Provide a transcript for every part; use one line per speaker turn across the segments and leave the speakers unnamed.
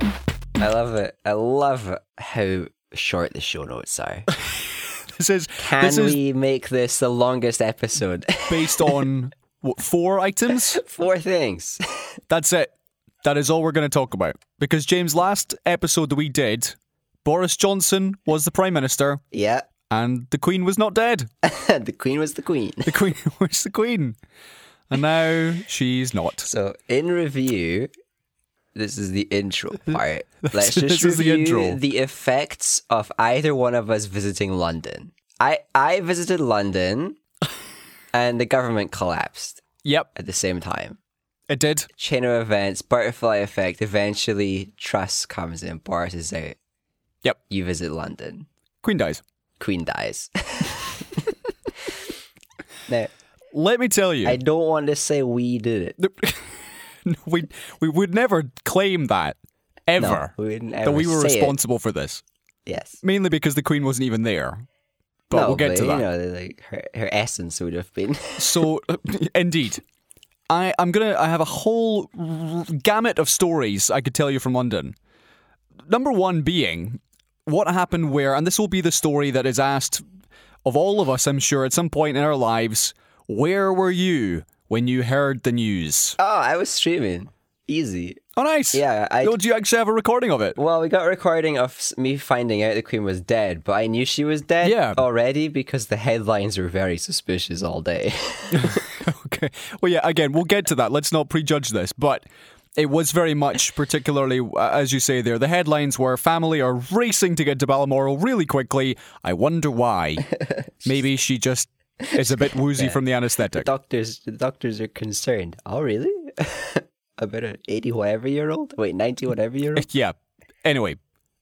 I love it. I love how short the show notes are.
This is
Can
this is
we make this the longest episode?
based on what, four items.
Four things.
That's it. That is all we're going to talk about. Because James, last episode that we did, Boris Johnson was the prime minister,
Yeah.
and the Queen was not dead.
the queen was the queen.
The Queen was the Queen, and now she's not.
So, in review, this is the intro part. Let's just
this is the
review
intro.
the effects of either one of us visiting London. I I visited London, and the government collapsed
Yep,
at the same time.
it did.
Chain of events, butterfly effect. Eventually, trust comes in. Boris is out.
Yep.
You visit London.
Queen dies.
Queen dies. now,
Let me tell you,
I don't want to say we did it.
we we would never claim that ever
we wouldn't
that we
ever
were
say it.
responsible for this.
Yes.
Mainly because the Queen wasn't even there. But
no,
we'll get
but,
to that.
You know, the- like her, her essence would have been.
So, indeed, I I'm gonna I have a whole r- gamut of stories I could tell you from London. Number one being what happened where, and this will be the story that is asked of all of us, I'm sure, at some point in our lives. Where were you when you heard the news?
oh, I was streaming. Easy.
Oh, nice.
Yeah, I-
Oh, do you actually have a recording of it?
Well, we got a recording of s- me finding out the queen was dead, but I knew she was dead
Yeah.
already because the headlines were very suspicious all day.
Okay. Well, yeah, again, we'll get to that. Let's not prejudge this, but it was very much, particularly uh, as you say there, the headlines were family are racing to get to Balmoral really quickly. I wonder why. Maybe she just is a bit woozy from the anaesthetic.
doctors, the doctors are concerned. Oh, really? About an eighty whatever year old? Wait, ninety whatever year old?
Yeah. Anyway,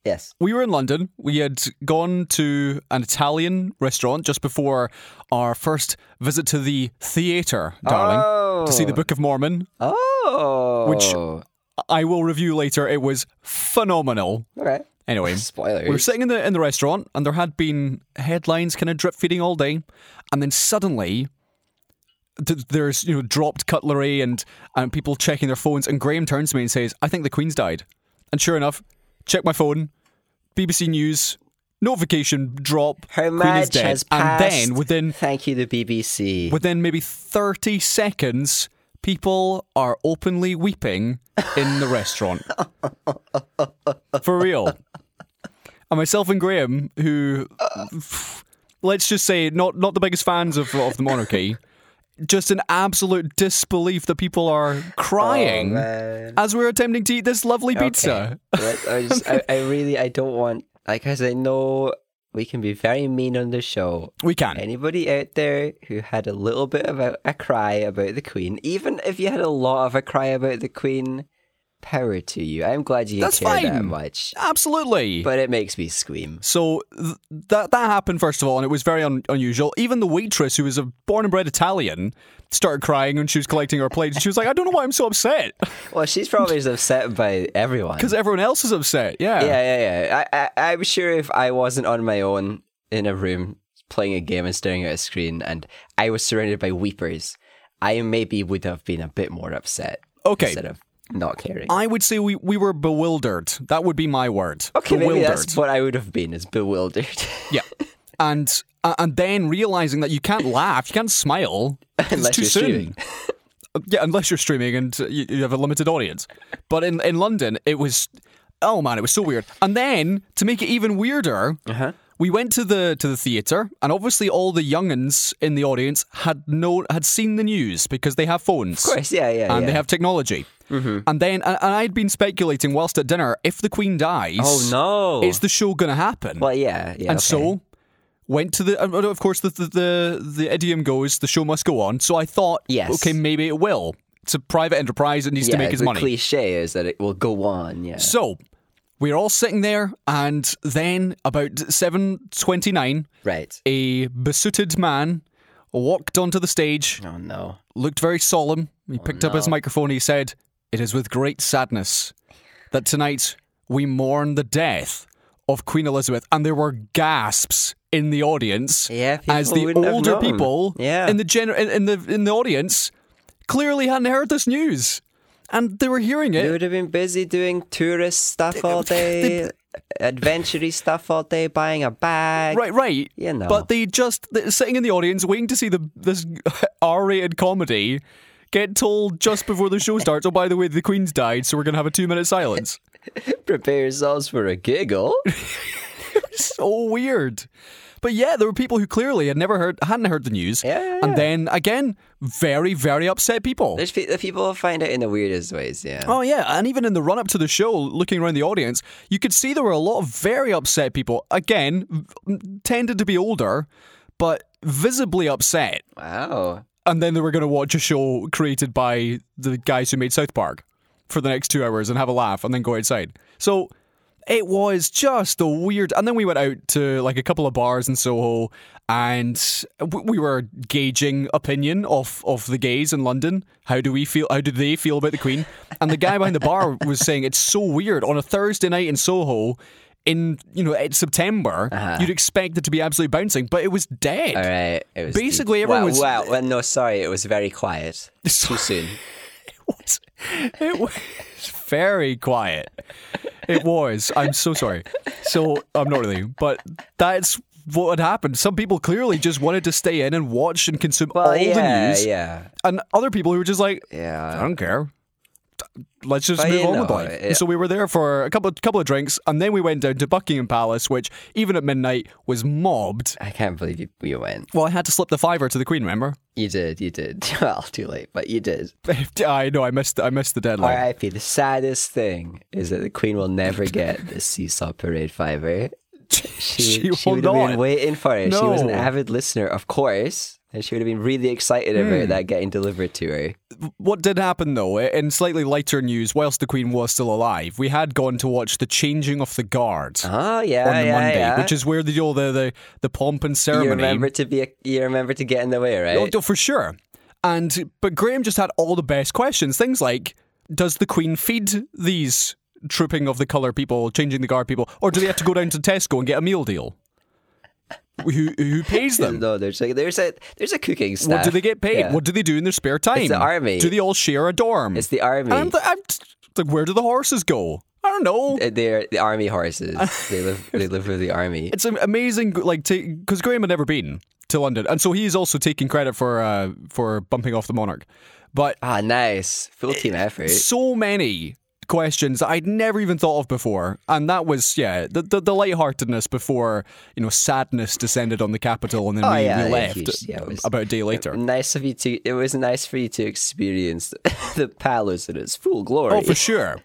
yes.
we were in London. We had gone to an Italian restaurant just before our first visit to the theatre, darling, to see the Book of Mormon.
Oh,
Which-
okay.
I will review later. It was phenomenal. Anyway,
Spoilers.
We were sitting in the in the restaurant, and there had been headlines kind of drip feeding all day, and then suddenly. th- There's you know dropped cutlery and and people checking their phones and Graham turns to me and says I think the Queen's died, and sure enough, check my phone, BBC News notification drop
Her
Queen is
match
dead,
has
and
passed.
then within
Thank you, the BBC.
within maybe thirty seconds, people are openly weeping in the restaurant for real. And myself and Graham, who, let's just say, not not the biggest fans of of the monarchy, just an absolute disbelief that people are crying
Oh, Man.
as we're attempting to eat this lovely pizza.
Let- I, just, I, I really, I don't want. Like, as I know, we can be very mean on the show.
We can.
Anybody out there who had a little bit of a, a cry about the Queen, even if you had a lot of a cry about the Queen, power to you. I'm glad you
That's
didn't care that
fine.
much,
Absolutely.
but it makes me scream.
So th- that that happened first of all, and it was very un- unusual. Even the waitress, who was a born and bred Italian, started crying when she was collecting her plates. And she was like, "I don't know why I'm so upset,"
Well, she's probably just upset by everyone.
because everyone else is upset. Yeah.
Yeah, yeah, yeah. I, I, I'm sure if I wasn't on my own in a room playing a game and staring at a screen, and I was surrounded by weepers, I maybe would have been a bit more upset.
Okay.
Instead of not caring.
I would say we, we were bewildered. That would be my word.
okay,
bewildered.
maybe that's what I would have been is bewildered.
yeah. And uh, and then realizing that you can't laugh, you can't smile. It's
Unless
too
you're
soon. Uh,
streaming.
yeah, unless you're streaming and uh, you, you have a limited audience. But in in London, it was oh man, it was so weird. And then to make it even weirder,
Uh-huh.
we went to the to the theater, and obviously all the younguns in the audience had no had seen the news because they have phones
of course, yeah, yeah,
and
yeah. Mm-hmm.
they have technology. And then, and, and I'd been speculating whilst at dinner if the Queen dies,
oh no!
is the show going to happen?
well, yeah, yeah.
and so went to the. and Of course, the, the the the idiom goes, the show must go on. So I thought,
Yes.
okay, maybe it will. It's a private enterprise; it needs
yeah,
to make its
the
money.
cliche is that it will go on. Yeah.
So we're all sitting there, and then about seven twenty nine,
Right.
a besuited man walked onto the stage,
Oh no.
looked very solemn. He
Oh,
picked up his microphone. He said, "It is with great sadness that tonight we mourn the death of Queen Elizabeth." And there were gasps in the audience
Yeah, people
as the
wouldn't have
older
known.
people
Yeah.
in the gener- in, in the in the audience clearly hadn't heard this news. and they were hearing
They
it.
would have been busy doing tourist stuff all day, adventure stuff all day, buying a bag.
Right, right.
You know.
But they just they're sitting in the audience waiting to see the this R-rated comedy get told just before the show starts. Oh, by the way, the Queen's died, so we're gonna have a two-minute silence.
Prepare yourselves for a giggle.
so weird. But yeah, there were people who clearly had never heard, hadn't heard the news,
Yeah, yeah,
and then again, very, very upset people.
There's pe- the people find it in the weirdest ways. Yeah.
Oh yeah, and even in the run up to the show, looking around the audience, you could see there were a lot of very upset people. Again, v- tended to be older, but visibly upset.
Wow.
And then they were going to watch a show created by the guys who made South Park for the next two hours and have a laugh, and then go outside. So it was just a weird. And then we went out to like a couple of bars in Soho, and w- we were gauging opinion of of the gays in London. How do we feel? How do they feel about the Queen? And the guy behind the bar was saying it's so weird on a Thursday night in Soho. In you know, it's September. You'd expect it to be absolutely bouncing, but it was dead.
All right. It was
Basically,
deep.
everyone
wow,
was-
Wow. Well, no, sorry. It was very quiet. Too soon.
was- it was very quiet. It was. I'm so sorry. So I'm not really, but that's what had happened. Some people clearly just wanted to stay in and watch and consume all
yeah,
the news,
yeah,
and other people who were just like,
yeah.
I don't care. Let's just
But
move
you
on with
know,
life.
it-
So we were there for a couple of, couple of drinks, and then we went down to Buckingham Palace, which even at midnight was mobbed.
I can't believe you, you went.
Well, I had to slip the fiver to the Queen. Remember?
You did. You did. Well, too late, but you did.
I know I missed. I missed the deadline.
R.I.P. The saddest thing is that the Queen will never get the seesaw parade fiver. She,
She will
would have
not.
been waiting for it. She was an
No.
avid listener, of course, and she would have been really excited about
Hmm.
that getting delivered to her.
What did happen though, in slightly lighter news, whilst the Queen was still alive, we had gone to watch the changing of the guard
Oh yeah,
on the
yeah,
Monday,
yeah.
which is where the, you know, the, the the pomp and
you
ceremony.
remember to be. A, you remember to get in the way, right?
Oh, no, for sure. And but Graham just had all the best questions. Things like, does the Queen feed these trooping of the colour people, changing the guard people, or do they have to go down to Tesco and get a meal deal? Who who pays them?
No, there's like there's a there's a cooking staff.
What do they get paid?
Yeah.
What do they do in their spare time?
the army.
Do they all share a dorm?
It's the army.
And I'm, th- I'm t- like, where do the horses go? I don't know.
Uh, They're the army horses. they live. They live with the army.
It's am- amazing, like, because Graham had never been to London, and so he is also taking credit for uh, for bumping off the monarch. But
Ah, nice. Full team effort.
so many questions that I'd never even thought of before, and that was yeah, the the, the lightheartedness before you know sadness descended on the capital, and then
Oh,
we,
yeah,
we
yeah,
left
huge. Yeah, it was-
about a day later.
Nice of you to. It was nice for you to experience the palace in its full glory,
Oh, for sure.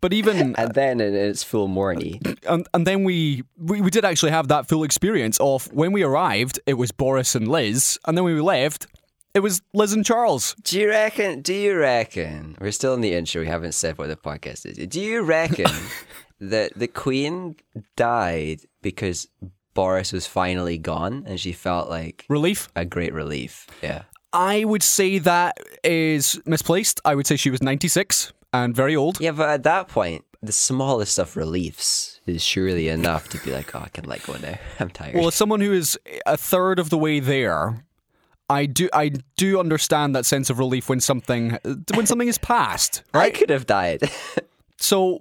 But even
and then in its full morning.
and and then we, we we did actually have that full experience of when we arrived it was Boris and Liz and then when we left it was Liz and Charles
Do you reckon? Do you reckon? We're still in the intro. We haven't said what the podcast is. Do you reckon that the Queen died because Boris was finally gone, and she felt like
relief
a great relief? Yeah.
I would say that is misplaced I would say she was 96 and very old
Yeah, but at that point, the smallest of reliefs is surely enough to be like, oh, I can let go now. I'm tired.
well as someone who is a third of the way there I do I do understand that sense of relief when something when something is past
I could have died.
so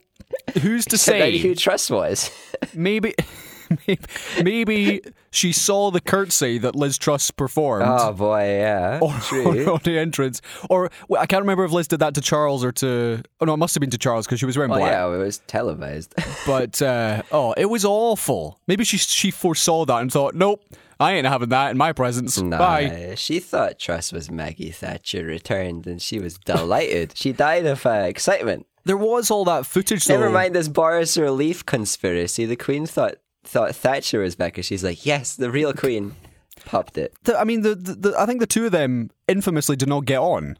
who's to
Say.
say
who trust was.
maybe maybe, maybe she saw the curtsy that Liz Truss performed
Oh boy, yeah.
on, on the entrance. Or well, I can't remember if Liz did that to Charles or to. Oh no, it must have been to Charles because she was wearing
Oh,
black.
yeah, it was televised.
But uh, oh, it was awful. Maybe she she foresaw that and thought, nope, I ain't having that in my presence. Bye.
Nah, Uh, she thought Truss was Maggie Thatcher returned and she was delighted. she died of uh, excitement.
There was all that footage.
Never
though.
mind this Boris relief conspiracy. The Queen thought thought Thatcher was back and she's like, yes, the real Queen. Popped it.
The- I mean, the, the, the I think the two of them infamously did not get on.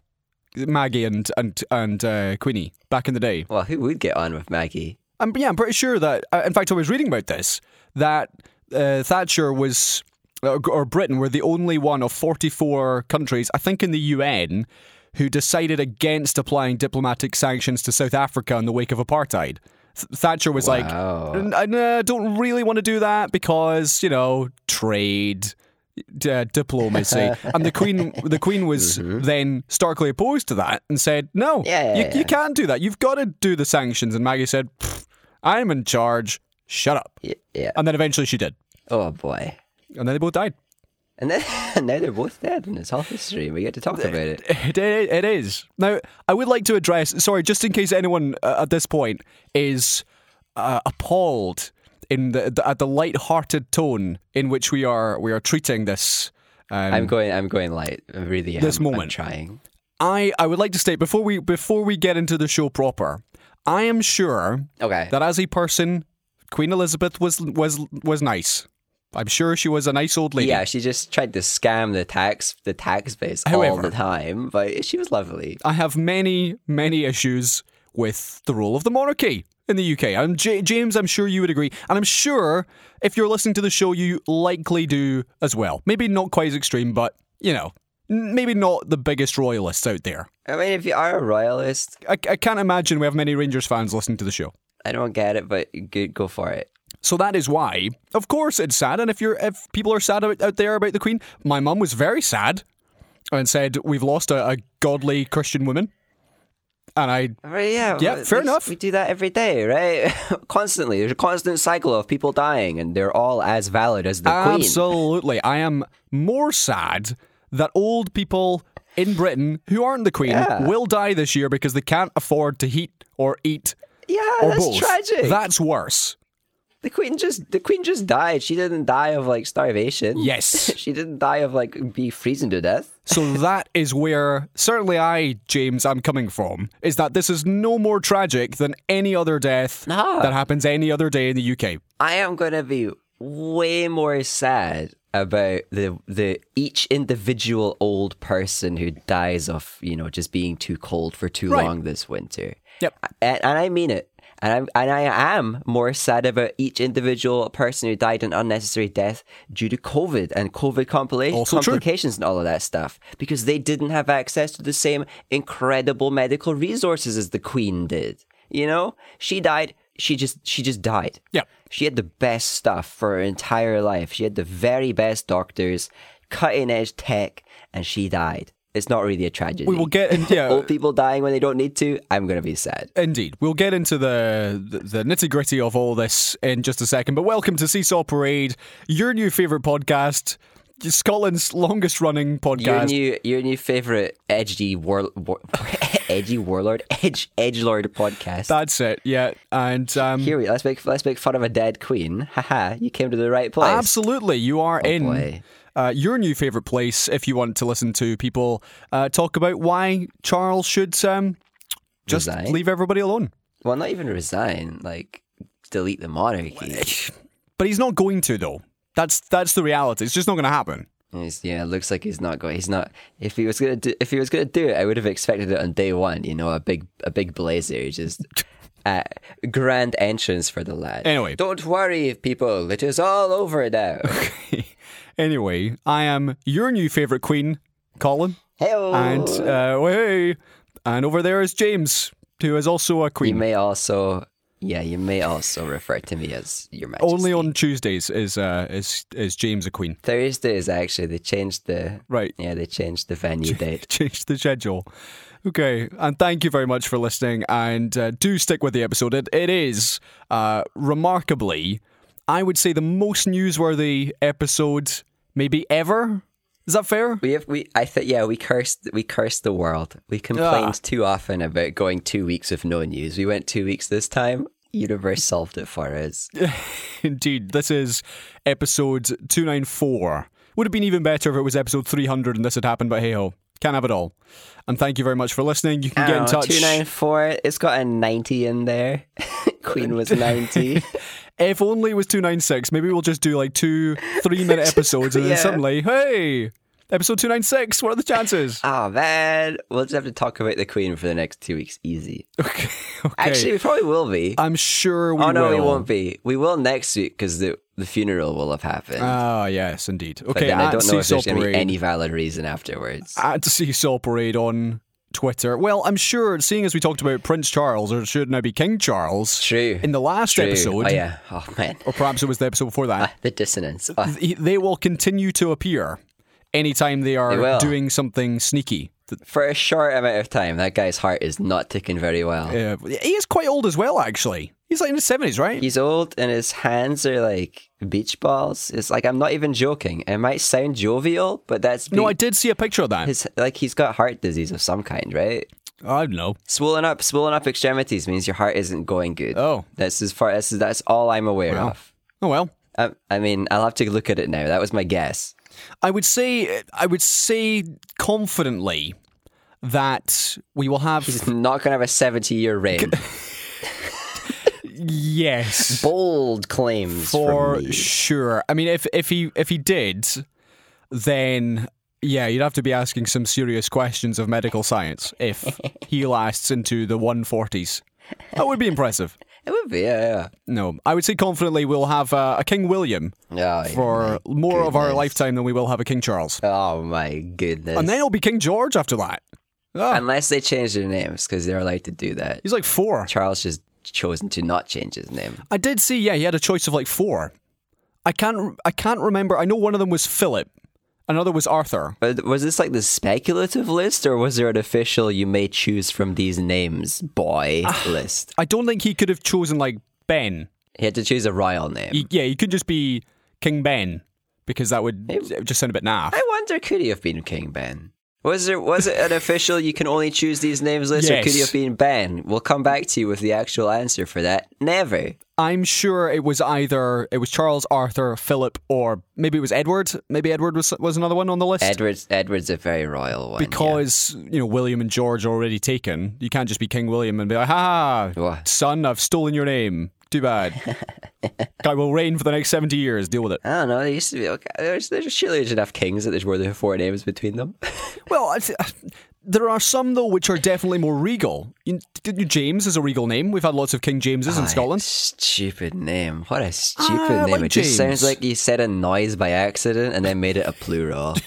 Maggie and and and uh, Queenie back in the day.
Well, who would get on with Maggie?
I'm, yeah, I'm pretty sure that. uh, In fact, I was reading about this that uh, Thatcher was, or or Britain were the only one of 44 countries, I think, in the UN, who decided against applying diplomatic sanctions to South Africa in the wake of apartheid. Th- Thatcher was like,
Wow.
"N- I uh, don't really want to do that because you know trade. uh, diplomacy, and the Queen, the Queen was then starkly opposed to that and said, "No,
Mm-hmm. Yeah, yeah,
you,
yeah.
you can't do that. You've got to do the sanctions." And Maggie said, "Pfft, "I'm in charge. Shut up."
Y- Yeah.
And then eventually she did,
Oh boy.
and then they both died.
And then and now they're both dead, and it's half history, and we get to talk about it.
It, it, it is. Now, I would like to address, sorry, just in case anyone uh, at this point is uh, appalled in the, the at the light-hearted tone in which we are we are treating this. Um,
I'm going. I'm going light. I really am.
This
I'm
moment.
trying.
I I would like to state before we before we get into the show proper, I am sure
Okay.
that as a person, Queen Elizabeth was was was nice. I'm sure she was a nice old lady.
yeah, she just tried to scam the tax the tax base all
However-
the time, but she was lovely.
I have many, many issues with the role of the monarchy in the UK. I'm J- James, I'm sure you would agree. And I'm sure if you're listening to the show, you likely do as well. Maybe not quite as extreme, but, you know, n- maybe not the biggest royalists out there.
I mean, if you are a royalist,
I, I can't imagine we have many Rangers fans listening to the show.
I don't get it, but good, go for it.
So that is why, of course, it's sad. And if you're if people are sad out, out there about the Queen, my mum was very sad and said we've lost a, a godly Christian woman. And I
But yeah,
Yeah,
well,
fair
it's-
enough.
We do that every day, right? Constantly, there's a constant cycle of people dying, and they're all as valid as the queen.
Absolutely. I am more sad that old people in Britain who aren't the Queen
Yeah.
will die this year because they can't afford to heat or eat
Yeah,
or
that's
both.
tragic.
That's worse.
the queen just the queen just died. She didn't die of like starvation.
Yes.
she didn't die of like be freezing to death.
So that is where certainly I, James, I'm coming from, is that this is no more tragic than any other death
No.
that happens any other day in the UK.
I am going to be way more sad about the the each individual old person who dies of you know just being too cold for too
Right.
long this winter.
Yep.
and, and I mean it. And I'm and I am more sad about each individual person who died an unnecessary death due to COVID and COVID compila-
Also true.
complications and all of that stuff because they didn't have access to the same incredible medical resources as the Queen did. You know, she died. She just she just died.
Yep.
She had the best stuff for her entire life. She had the very best doctors, cutting edge tech, and she died. It's not really a tragedy.
We will get uh, in, yeah,
Old people dying when they don't need to. I'm gonna be sad.
Indeed. We'll get into the, the, the nitty gritty of all this in just a second, but welcome to Seesaw Parade, your new favourite podcast, Scotland's longest running
Your
podcast.
new your new favorite edgy war, war edgy warlord edge edge lord podcast.
That's it, yeah. And um,
Here we let's make let's make fun of a dead queen. Haha, you came to the right place.
absolutely, you are in
Oh, boy.
uh, your new favourite place if you want to listen to people uh, talk about why Charles should um, just
Resign?
leave everybody alone.
Well, not even resign. Like delete the monarchy.
But he's not going to, though. That's, that's the reality. It's just not going to happen.
He's, yeah, it looks like he's not going. He's not. If he was gonna do, if he was gonna do it, I would have expected it on day one. You know, a big, a big blazer, just uh, grand entrance for the lad.
Anyway.
don't worry, people. It is all over now.
Anyway, I am your new favourite queen, Colin.
Hello.
And uh, way, and over there is James, who is also a
you
queen.
may also, yeah, you may also refer to me as your majesty.
Only on Tuesdays is uh, is is James a queen.
Thursdays, actually, they changed the
Right.
Yeah, they changed the venue date.
Changed the schedule. Okay, and thank you very much for listening. And uh, do stick with the episode. It, it is uh, remarkably, I would say, the most newsworthy episode maybe ever. Is that fair?
We have we I think yeah we cursed we cursed the world. We
Ah.
complained too often about going two weeks with no news. We went two weeks this time. Universe solved it for us.
Indeed, this is episode 294. Would have been even better if it was episode 300 and this had happened, but hey ho, can't have it all. And thank you very much for listening. You can get in touch
Oh, Two nine four. It's got a ninety in there. Queen was ninety.
if only it was 296. Maybe we'll just do like two three minute episodes and then
yeah.
suddenly, hey, episode 296, what are the chances?
oh man, we'll just have to talk about the Queen for the next two weeks. Easy.
okay, okay.
Actually, we probably will be.
I'm sure we
oh no,
will.
we won't be. We will next week because the the funeral will have happened.
Ah, yes, indeed.
but
Okay, ah,
then
at
I don't know if
Seesaw
there's going to be
Parade.
any valid reason afterwards.
At Seesaw Parade on Twitter. Well, I'm sure, seeing as we talked about Prince Charles, or it should now be King Charles,
True.
in the last
True.
episode,
Oh, yeah. Oh, man.
or perhaps it was the episode before that,
The dissonance. Oh,
th- they will continue to appear anytime they are
will.
doing something sneaky. Th-
for a short amount of time, that guy's heart is not ticking very well.
Uh, he is quite old as well, actually. He's like in his 70s, right?
He's old and his hands are like beach balls. It's like, I'm not even joking. It might sound jovial, but that's
No,
be-
I did see a picture of that.
his, like he's got heart disease of some kind, right?
I don't know.
Swollen up, swollen up extremities means your heart isn't going good.
Oh.
That's as far, that's, that's all I'm aware of.
Oh, well.
I, I mean, I'll have to look at it now. That was my guess.
I would say, I would say confidently that we will have,
He's not going to have a 70 year reign.
yes.
Bold claims.
for
from me.
sure. I mean, if if he if he did, then yeah, you'd have to be asking some serious questions of medical science if he lasts into the 140s. That would be impressive.
It would be, yeah,
No, I would say confidently we'll have uh, a King William
yeah. Oh, yeah.
for more of our lifetime than we will have a King Charles,
Oh my goodness.
and then it'll be King George after that. Ah,
Unless they change their names because they're allowed to do that.
he's like four.
Charles just chosen to not change his name.
I did see. Yeah, he had a choice of like four. I can't. I can't remember. I know one of them was Philip. Another was Arthur.
But was this like the speculative list or was there an official you may choose from these names, boy
Ah.
list?
I don't think he could have chosen like Ben.
He had to choose a royal name.
He, yeah, he could just be King Ben because that would it would just sound a bit naff.
I wonder could he have been King Ben? Was there was it an official you can only choose these names list or could he
Yes.
have been Ben? We'll come back to you with the actual answer for that. Never.
I'm sure it was either it was Charles, Arthur, Philip, or maybe it was Edward. Maybe Edward was was another one on the list
Edward's Edward's a very royal one. yeah.
because you know William and George are already taken. You can't just be King William and be like, ha, ha,
What?
son, I've stolen your name. Too bad. I will reign for the next seventy years. Deal with it.
I don't know. There used to be okay. There's, there's surely there's enough kings that there's more than four names between them.
Well, I th- there are some though which are definitely more regal. You, didn't you- James is a regal name. We've had lots of King Jameses in Scotland.
Stupid name. What a
Ah,
stupid
I
name.
like
it just sounds
James.
like you said a noise by accident and then made it a plural.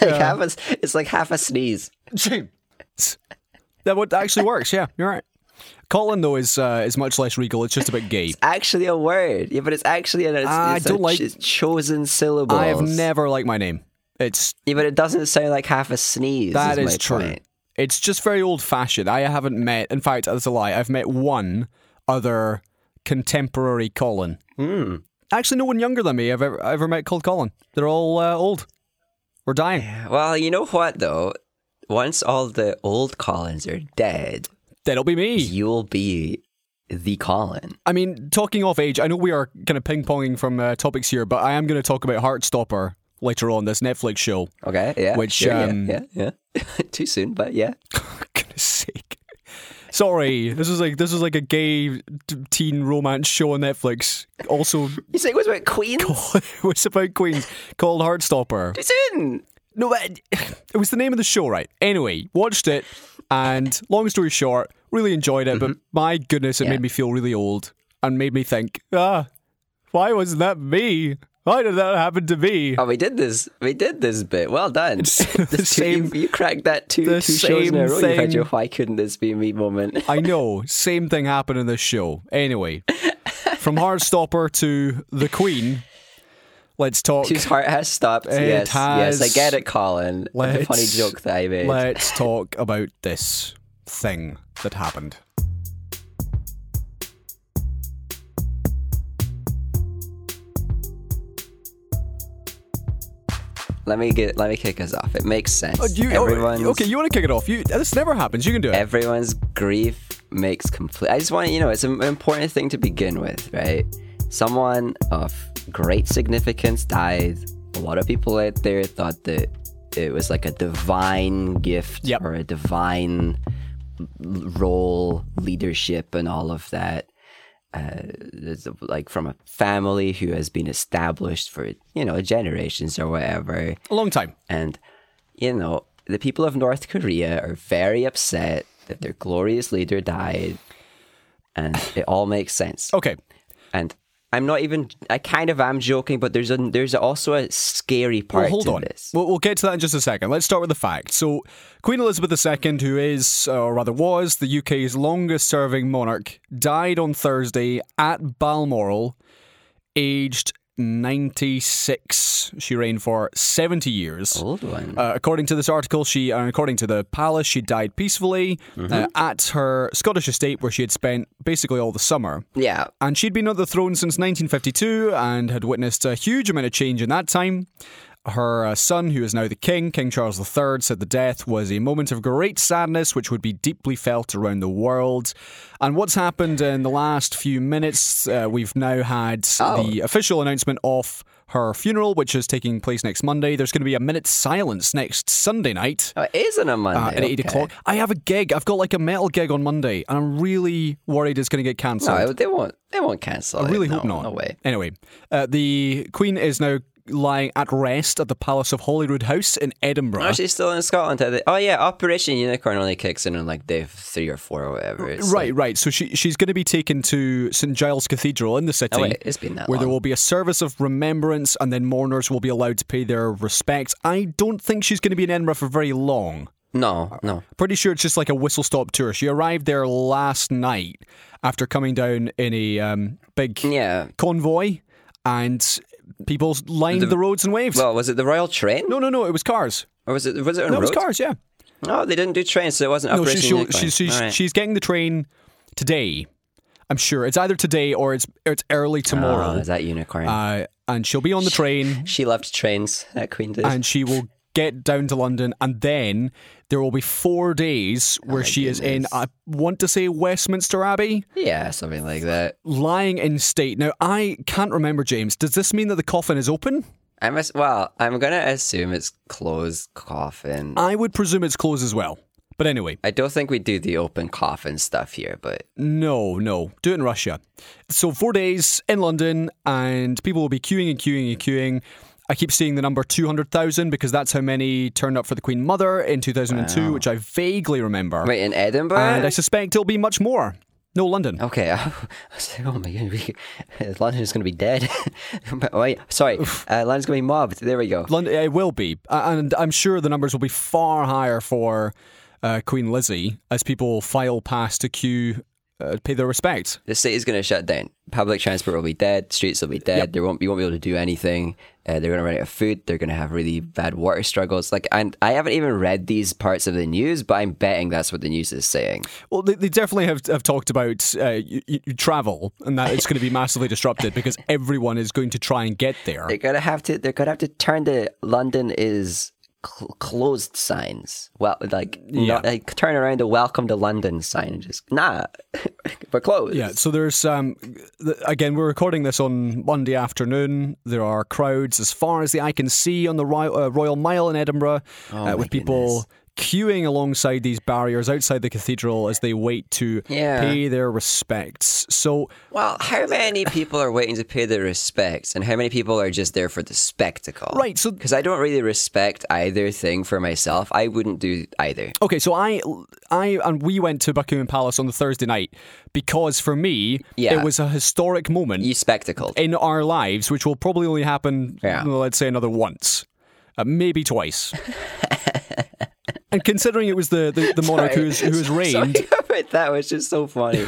like half a, it's like half a sneeze.
James. that would actually works. Yeah, you're right. Colin though is uh, is much less regal. It's just a bit gay.
Actually, a word. Yeah, but it's actually an. It's,
I
it's
don't
a
like-
ch- chosen syllables.
I have never liked my name. It's
Yeah, but it doesn't sound like half a sneeze.
that
is,
is
my
true.
point.
It's just very old fashioned. I haven't met. In fact, that's a lie. I've met one other contemporary Colin.
Hmm.
Actually, no one younger than me I've ever, I've ever met called Colin. They're all uh, old. We're dying.
Well, you know what though. Once all the old Collins are dead,
That'll be me.
you'll be the Colin.
I mean, talking off age, I know we are kind of ping ponging from uh, topics here, but I am going to talk about Heartstopper later on this Netflix show.
Okay. Yeah.
Which,
sure, yeah,
um,
yeah. Yeah. Too soon, but yeah.
For goodness sake! Sorry, this is like this is like a gay t- teen romance show on Netflix. Also,
You say it was about Queen?
it was about Queens called Heartstopper.
Too soon.
No, but it was the name of the show, right? Anyway, watched it, and long story short, really enjoyed it. But my goodness, it
Yeah.
made me feel really old and made me think, ah, why wasn't that me? Why did that happen to me?
Oh, we did this. We did this bit. Well done.
the
This two- you-
same-
You, cracked that two,
the
two shows in a
same
row. You had
thing.
your why couldn't this be me moment.
I know. Same thing happened in this show. Anyway, from Heartstopper to the Queen, let's talk.
Whose heart has stopped. yes. Yes, I
has-
get it, Colin. The funny
Let's-
joke that I made.
Let's talk about this thing that happened.
Let me get. Let me kick us off. It makes sense.
You, oh,
everyone's,
okay, you want to kick it off? You, this never happens. You can do it.
everyone's grief makes complete. I just want to, you know, it's an important thing to begin with, right? Someone of great significance died. A lot of people out there thought that it was like a divine gift
Yep.
or a divine l- role, leadership, and all of that. Uh, there's a- like from a family who has been established for you know generations or whatever.
A long time.
And, you know, the people of North Korea are very upset that
Oh.
their glorious leader died. And it all makes sense.
Okay.
And I'm not even. I kind of am joking, but there's a there's also a scary part.
Well, hold
to
on.
This.
We'll, we'll get to that in just a second. Let's start with the facts. So, Queen Elizabeth II, who is, uh, or rather was, the UK's longest serving monarch, died on Thursday at Balmoral, aged 96. She reigned for 70 years.
Old one.
Uh, according to this article, she, uh, according to the palace, she died peacefully
Mm-hmm.
uh, at her Scottish estate where she had spent basically all the summer.
yeah.
And she'd been on the throne since 1952 and had witnessed a huge amount of change in that time. Her uh, son, who is now the king, King Charles III, said the death was a moment of great sadness which would be deeply felt around the world. And what's happened in the last few minutes, uh, we've now had the official announcement of her funeral, which is taking place next Monday. There's going to be a minute's silence next Sunday night
Oh, it is
Uh,
on a Monday.
at eight
okay.
o'clock. I have a gig. I've got like a metal gig on Monday, and I'm really worried it's going to get cancelled.
No, they won't. They won't cancel.
I really hope not.
No way.
Anyway, uh, the Queen is now lying at rest at the Palace of Holyrood House in Edinburgh.
Oh, she's still in Scotland. are they? Oh yeah, Operation Unicorn only kicks in on like day three or four or whatever. It's
Right, right. So she she's going to be taken to St Giles Cathedral in the city.
wait, it's been that
where there
long.
will be a service of remembrance, and then mourners will be allowed to pay their respects. I don't think she's going to be in Edinburgh for very long.
No, no.
Pretty sure it's just like a whistle stop tour. She arrived there last night after coming down in a um, big
Yeah.
convoy, and people lined the, roads and waved.
Well, was it the Royal Train?
No, no, no. It was cars.
Or was it was it on
No, it was
roads?
cars. Yeah.
Oh, they didn't do trains, so it wasn't
No, she's
Operation
she'll-
Unicorn.
she's she's,
All right.
she's getting the train today. I'm sure it's either today or it's or it's early
Oh,
tomorrow.
is that unicorn?
uh, and she'll be on the train,
she loved trains. That queen did.
and she will get down to London, and then there will be four days where she is in. I want to say Westminster Abbey,
yeah, something like that.
lying in state. Now I can't remember, James. Does this mean that the coffin is open?
I must. Well, I'm gonna assume it's closed coffin.
I would presume it's closed as well. But anyway,
I don't think we do the open coffin stuff here, but
No, no. Do it in Russia. So four days in London, and people will be queuing and queuing and queuing. I keep seeing the number 200,000 because that's how many turned up for the Queen Mother in 2002, which I vaguely remember.
wait, in Edinburgh.
And I suspect it'll be much more. No, London.
Okay, I was like, oh my god, we, London's gonna be dead. But wait, sorry, uh, London's gonna be mobbed. There we go.
London, it will be, A- and I'm sure the numbers will be far higher for uh, Queen Lizzie as people file past to queue, uh, pay their respects.
The city's gonna shut down. Public transport will be dead. Streets will be dead. There won't you won't be able to do anything. Uh, they're gonna run out of food. They're gonna have really bad water struggles. Like, and I haven't even read these parts of the news, but I'm betting that's what the news is saying.
Well, they, they definitely have, have talked about uh, y y travel and that it's going to be massively disrupted because everyone is going to try and get there.
They're gonna have to. They're gonna have to turn the London is cl- closed signs. Well, like not, like turn around the welcome to London sign. and Just nah, we're closed.
Yeah, so there's um th- again we're recording this on Monday afternoon. There are crowds as far as the eye can see on the Royal, uh, Royal Mile in Edinburgh uh, with people queuing alongside these barriers outside the cathedral as they wait to
Yeah.
pay their respects. So
Well, how many people are waiting to pay their respects, and how many people are just there for the spectacle?
Right, so-
because I don't really respect either thing for myself, I wouldn't do either.
Okay, so I, I, and we went to Buckingham Palace on the Thursday night because for me,
Yeah.
it was a historic moment
You spectacled.
in our lives, which will probably only happen,
Yeah.
well, let's say, another once, uh, maybe twice. and considering it was the the, the monarch who has who has reigned,
Sorry about that was just so funny.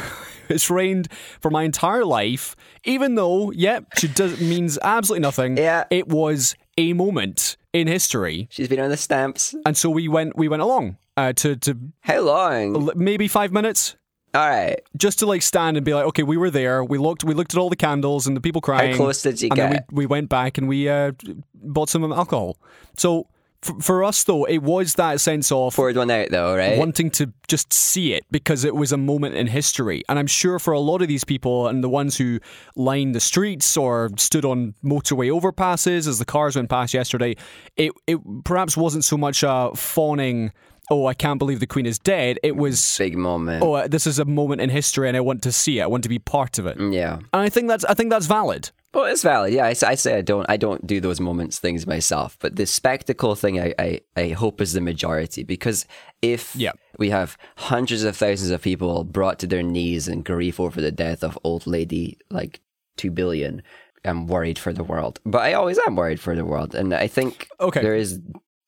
it's reigned for my entire life, even though, yep, she does means absolutely nothing.
Yeah.
it was a moment in history,
She's been on the stamps.
and so we went we went along uh, to to
How long?
l- maybe five minutes.
All right.
just to like stand and be like, okay, we were there. We looked, we looked at all the candles and the people crying.
close did you
and Then
get?
we, we went back and we uh, bought some alcohol. So f- for us though, it was that sense of
Poured one out though, right?
wanting to just see it because it was a moment in history. And I'm sure for a lot of these people and the ones who lined the streets or stood on motorway overpasses as the cars went past yesterday, it it perhaps wasn't so much a fawning. Oh, I can't believe the Queen is dead. It was
Big moment.
oh, uh, this is a moment in history, and I want to see it. I want to be part of it. And
Yeah.
I think that's I think that's valid.
Well, it's valid. Yeah, I, s- I say I don't. I don't do those moments things myself. But the spectacle thing, I, I, I hope is the majority because if
Yeah.
we have hundreds of thousands of people brought to their knees in grief over the death of old lady like two billion, I'm worried for the world. But I always am worried for the world, and I think
Okay.
there is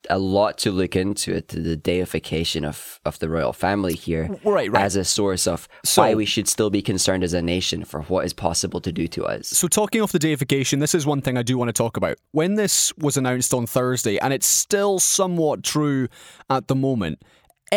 a lot to look into it to the deification of of the royal family here
Right, right.
as a source of
So-
why we should still be concerned as a nation for what is possible to do to us.
So, talking off the deification, this is one thing I do want to talk about. When this was announced on Thursday, and it's still somewhat true at the moment,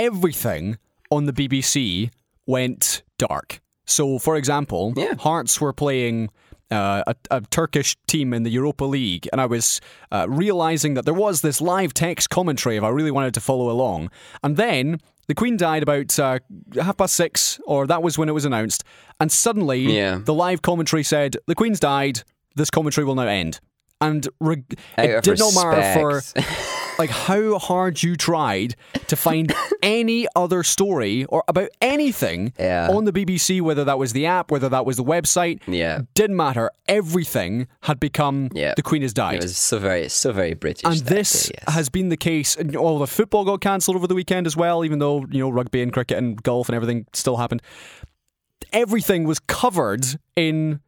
everything on the BBC went dark. So, for example,
Yeah.
Hearts were playing. Uh, a, a Turkish team in the Europa League, and I was uh, realizing that there was this live text commentary if I really wanted to follow along. And then the Queen died about uh, half past six, or that was when it was announced, and suddenly
Yeah.
the live commentary said the Queen's died. This commentary will now end. And reg-
Out
it
of
did not matter for
respect.
like how hard you tried to find any other story or about anything
Yeah.
on the BBC, whether that was the app, whether that was the website.
Yeah.
Didn't matter. Everything had become
Yeah.
the Queen has died.
It was so very, so very British.
And
that
this
day, yes.
has been the case. And all the football got cancelled over the weekend as well, even though you know rugby and cricket and golf and everything still happened. Everything was covered in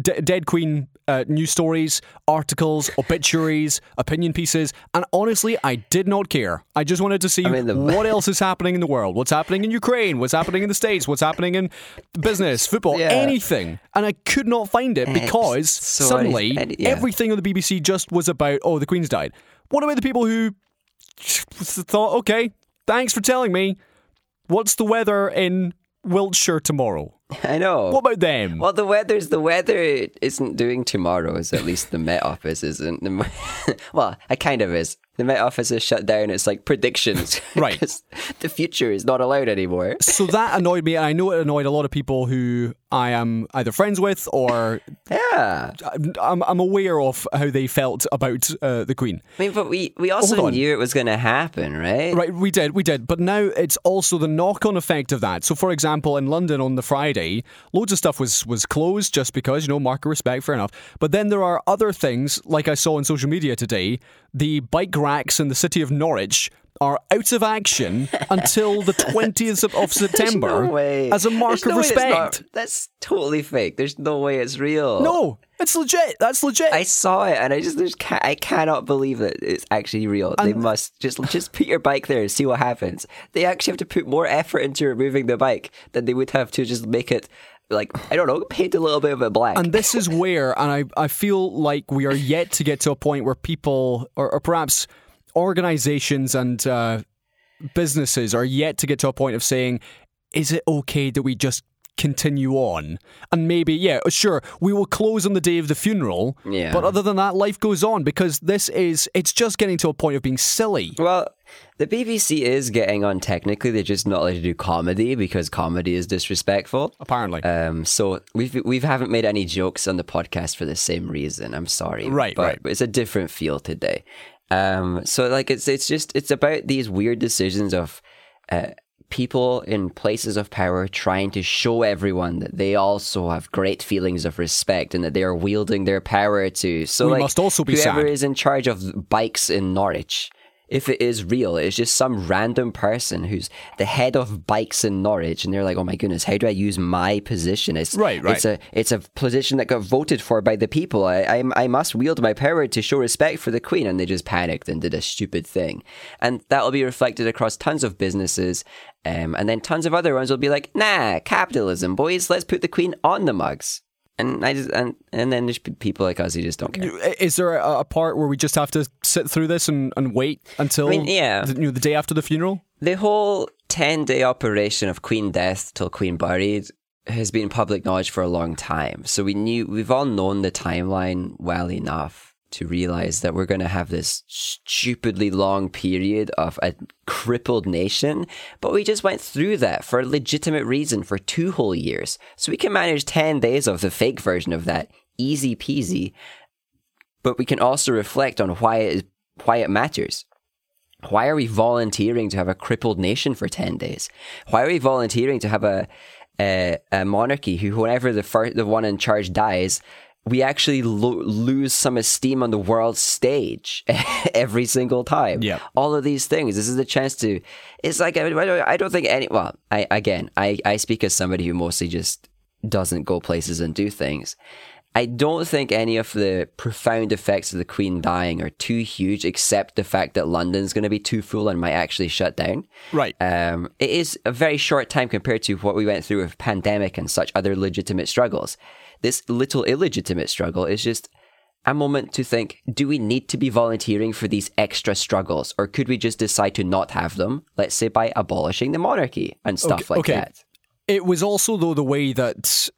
de- dead queen uh, news stories, articles, obituaries, opinion pieces, and honestly, I did not care. I just wanted to see
mean, the-
what else is happening in the world. What's happening in Ukraine? What's happening in the states? What's happening in business, football,
Yeah.
anything? And I could not find it because
so
suddenly
any- yeah.
everything on the BBC just was about oh the Queen's died. What about the people who thought okay thanks for telling me what's the weather in Wiltshire tomorrow?
I know.
What about them?
Well, the weather's the weather isn't doing tomorrow's. At least the Met Office isn't. The- well, it kind of is. The Met Office is shut down. It's like predictions.
Right.
'Cause the future is not allowed anymore.
so that annoyed me, and I know it annoyed a lot of people who I am either friends with or
Yeah.
I'm, I'm aware of how they felt about uh, the Queen.
I mean, but we, we
Hold
also
on.
knew it was going to happen, right?
Right, we did, we did. But now it's also the knock-on effect of that. So, for example, in London on the Friday, loads of stuff was was closed just because you know mark of respect, fair enough. But then there are other things, like I saw on social media today, the bike racks in the city of Norwich are out of action until the 20th of, of September
No way.
as a mark
There's
of
no way that's not-
respect.
that's totally fake. There's no way it's real.
no, it's legit. That's legit.
I saw it and I just there's ca- I cannot believe that it's actually real. they must just just put your bike there and see what happens. They actually have to put more effort into removing the bike than they would have to just make it like I don't know, paint a little bit of it black.
And this is where, and I, I feel like we are yet to get to a point where people, or, or perhaps organizations and uh, businesses, are yet to get to a point of saying, is it okay that we just continue on? And maybe, yeah, sure, we will close on the day of the funeral.
Yeah.
But other than that, life goes on because this is, it's just getting to a point of being silly.
well, the BBC is getting on technically. They're just not allowed to do comedy because comedy is disrespectful.
Apparently.
Um, so we've we haven't made any jokes on the podcast for the same reason. I'm sorry,
Right,
but,
right.
but it's a different feel today. Um, so like it's it's just it's about these weird decisions of uh, people in places of power trying to show everyone that they also have great feelings of respect and that they are wielding their power too. So
We
like,
must also be
whoever
sad.
is in charge of bikes in Norwich. If it is real, it's just some random person who's the head of bikes in Norwich, and they're like, "Oh my goodness, how do I use my position?" It's
Right, right.
It's a it's a position that got voted for by the people. I I, I must wield my power to show respect for the Queen, and they just panicked and did a stupid thing, and that will be reflected across tons of businesses, um, and then tons of other ones will be like, "Nah, capitalism, boys. Let's put the Queen on the mugs." And I just and and then there's people like us who just don't care.
is there a, a part where we just have to sit through this and, and wait until
mean, yeah.
the, you know, the day after the funeral?
The whole 10 day operation of Queen Death till Queen Buried has been public knowledge for a long time. So we knew, we've all known the timeline well enough to realize that we're going to have this stupidly long period of a crippled nation. But we just went through that for a legitimate reason for two whole years. So we can manage 10 days of the fake version of that easy peasy. But we can also reflect on why it is, why it matters. Why are we volunteering to have a crippled nation for 10 days? Why are we volunteering to have a, a, a monarchy who, whenever the, fir- the one in charge dies, we actually lo- lose some esteem on the world stage every single time?
Yeah.
all of these things. This is a chance to. It's like I I don't, I don't think any. Well, I again, I I speak as somebody who mostly just doesn't go places and do things, I don't think any of the profound effects of the Queen dying are too huge, except the fact that London's going to be too full and might actually shut down.
Right.
Um, it is a very short time compared to what we went through with pandemic and such other legitimate struggles. This little illegitimate struggle is just a moment to think: Do we need to be volunteering for these extra struggles, or could we just decide to not have them? Let's say by abolishing the monarchy and stuff
Okay-
like
okay.
that.
It was also, though, the way that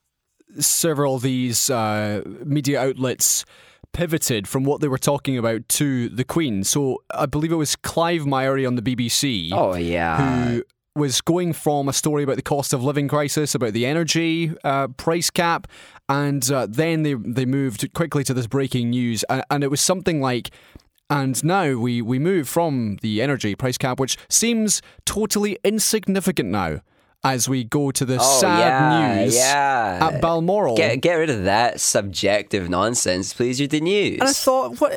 several of these uh, media outlets pivoted from what they were talking about to the Queen. So I believe it was Clive Myrie on the BBC
Oh yeah.
who was going from a story about the cost of living crisis, about the energy uh, price cap, and uh, then they they moved quickly to this breaking news, and, and it was something like. And now we, we move from the energy price cap, which seems totally insignificant now, as we go to the
Oh,
sad
yeah,
news
yeah.
at Balmoral.
Get, get rid of that subjective nonsense, please. You're the news.
And I thought, what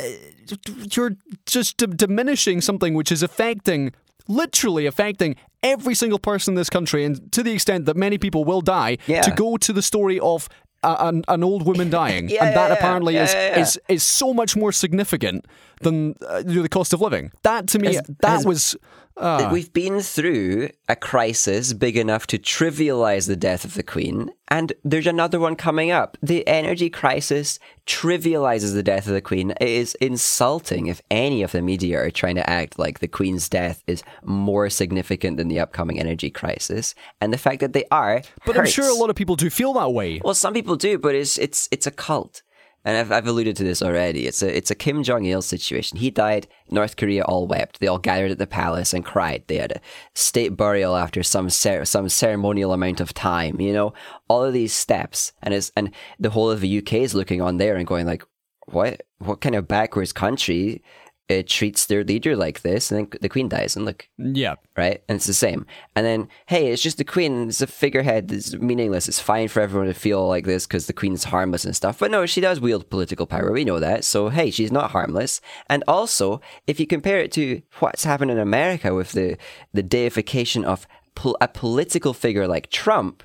you're just d- diminishing something which is affecting, literally affecting every single person in this country, and to the extent that many people will die.
Yeah.
To go to the story of a, an, an old woman dying,
Yeah,
and that
yeah, yeah.
apparently is,
Yeah, yeah, yeah.
is is so much more significant than uh, you know, the cost of living. That to me, that was. Uh,
We've been through a crisis big enough to trivialize the death of the Queen, and there's another one coming up. The energy crisis trivializes the death of the Queen. It is insulting if any of the media are trying to act like the Queen's death is more significant than the upcoming energy crisis, and the fact that they are.
but I'm sure a lot of people do feel that way.
Well, some people do, but it's it's it's a cult, and I've, I've alluded to this already. It's a it's a Kim Jong Il situation. He died. North Korea all wept. They all gathered at the palace and cried. They had a state burial after some cer- some ceremonial amount of time. You know, all of these steps, and it's and the whole of the UK is looking on there and going like, what what kind of backwards country? uh treats their leader like this, and then the queen dies. And look,
Yeah,
right? And it's the same. And then, hey, it's just the queen. It's a figurehead. It's meaningless. It's fine for everyone to feel like this because the queen's harmless and stuff. But no, she does wield political power. We know that. So hey, she's not harmless. And also, if you compare it to what's happened in America with the the deification of pol- a political figure like Trump,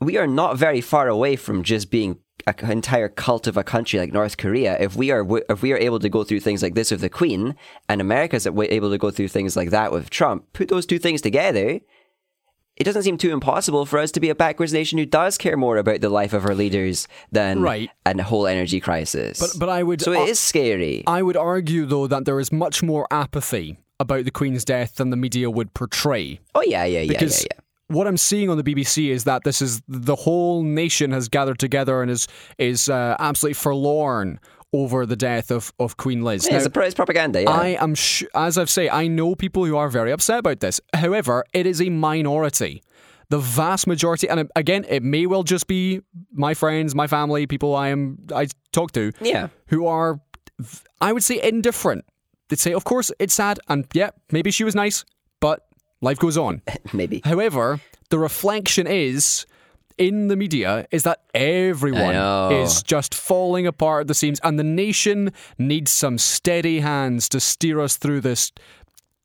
we are not very far away from just being an entire cult of a country like North Korea. If we are if we are able to go through things like this with the Queen, and America's able to go through things like that with Trump, put those two things together, it doesn't seem too impossible for us to be a backwards nation who does care more about the life of our leaders than
Right.
a whole energy crisis.
But- but I would- uh,
so it is scary.
I would argue though that there is much more apathy about the Queen's death than the media would portray.
oh yeah, yeah, yeah, yeah,
because
yeah.
what I'm seeing on the BBC is that this is the whole nation has gathered together and is is uh, absolutely forlorn over the death of, of Queen Liz.
Yeah,
Now,
it's a pro- it's propaganda. Yeah.
I am sh- as I've said, I know people who are very upset about this. However, it is a minority. The vast majority, and uh, again, it may well just be my friends, my family, people I am I talk to,
Yeah.
who are, v- I would say, indifferent. They'd say, of course, it's sad, and yeah, maybe she was nice, but life goes on.
Maybe.
However, the reflection is in the media is that
I
everyone
know.
is just falling apart at the seams, and the nation needs some steady hands to steer us through this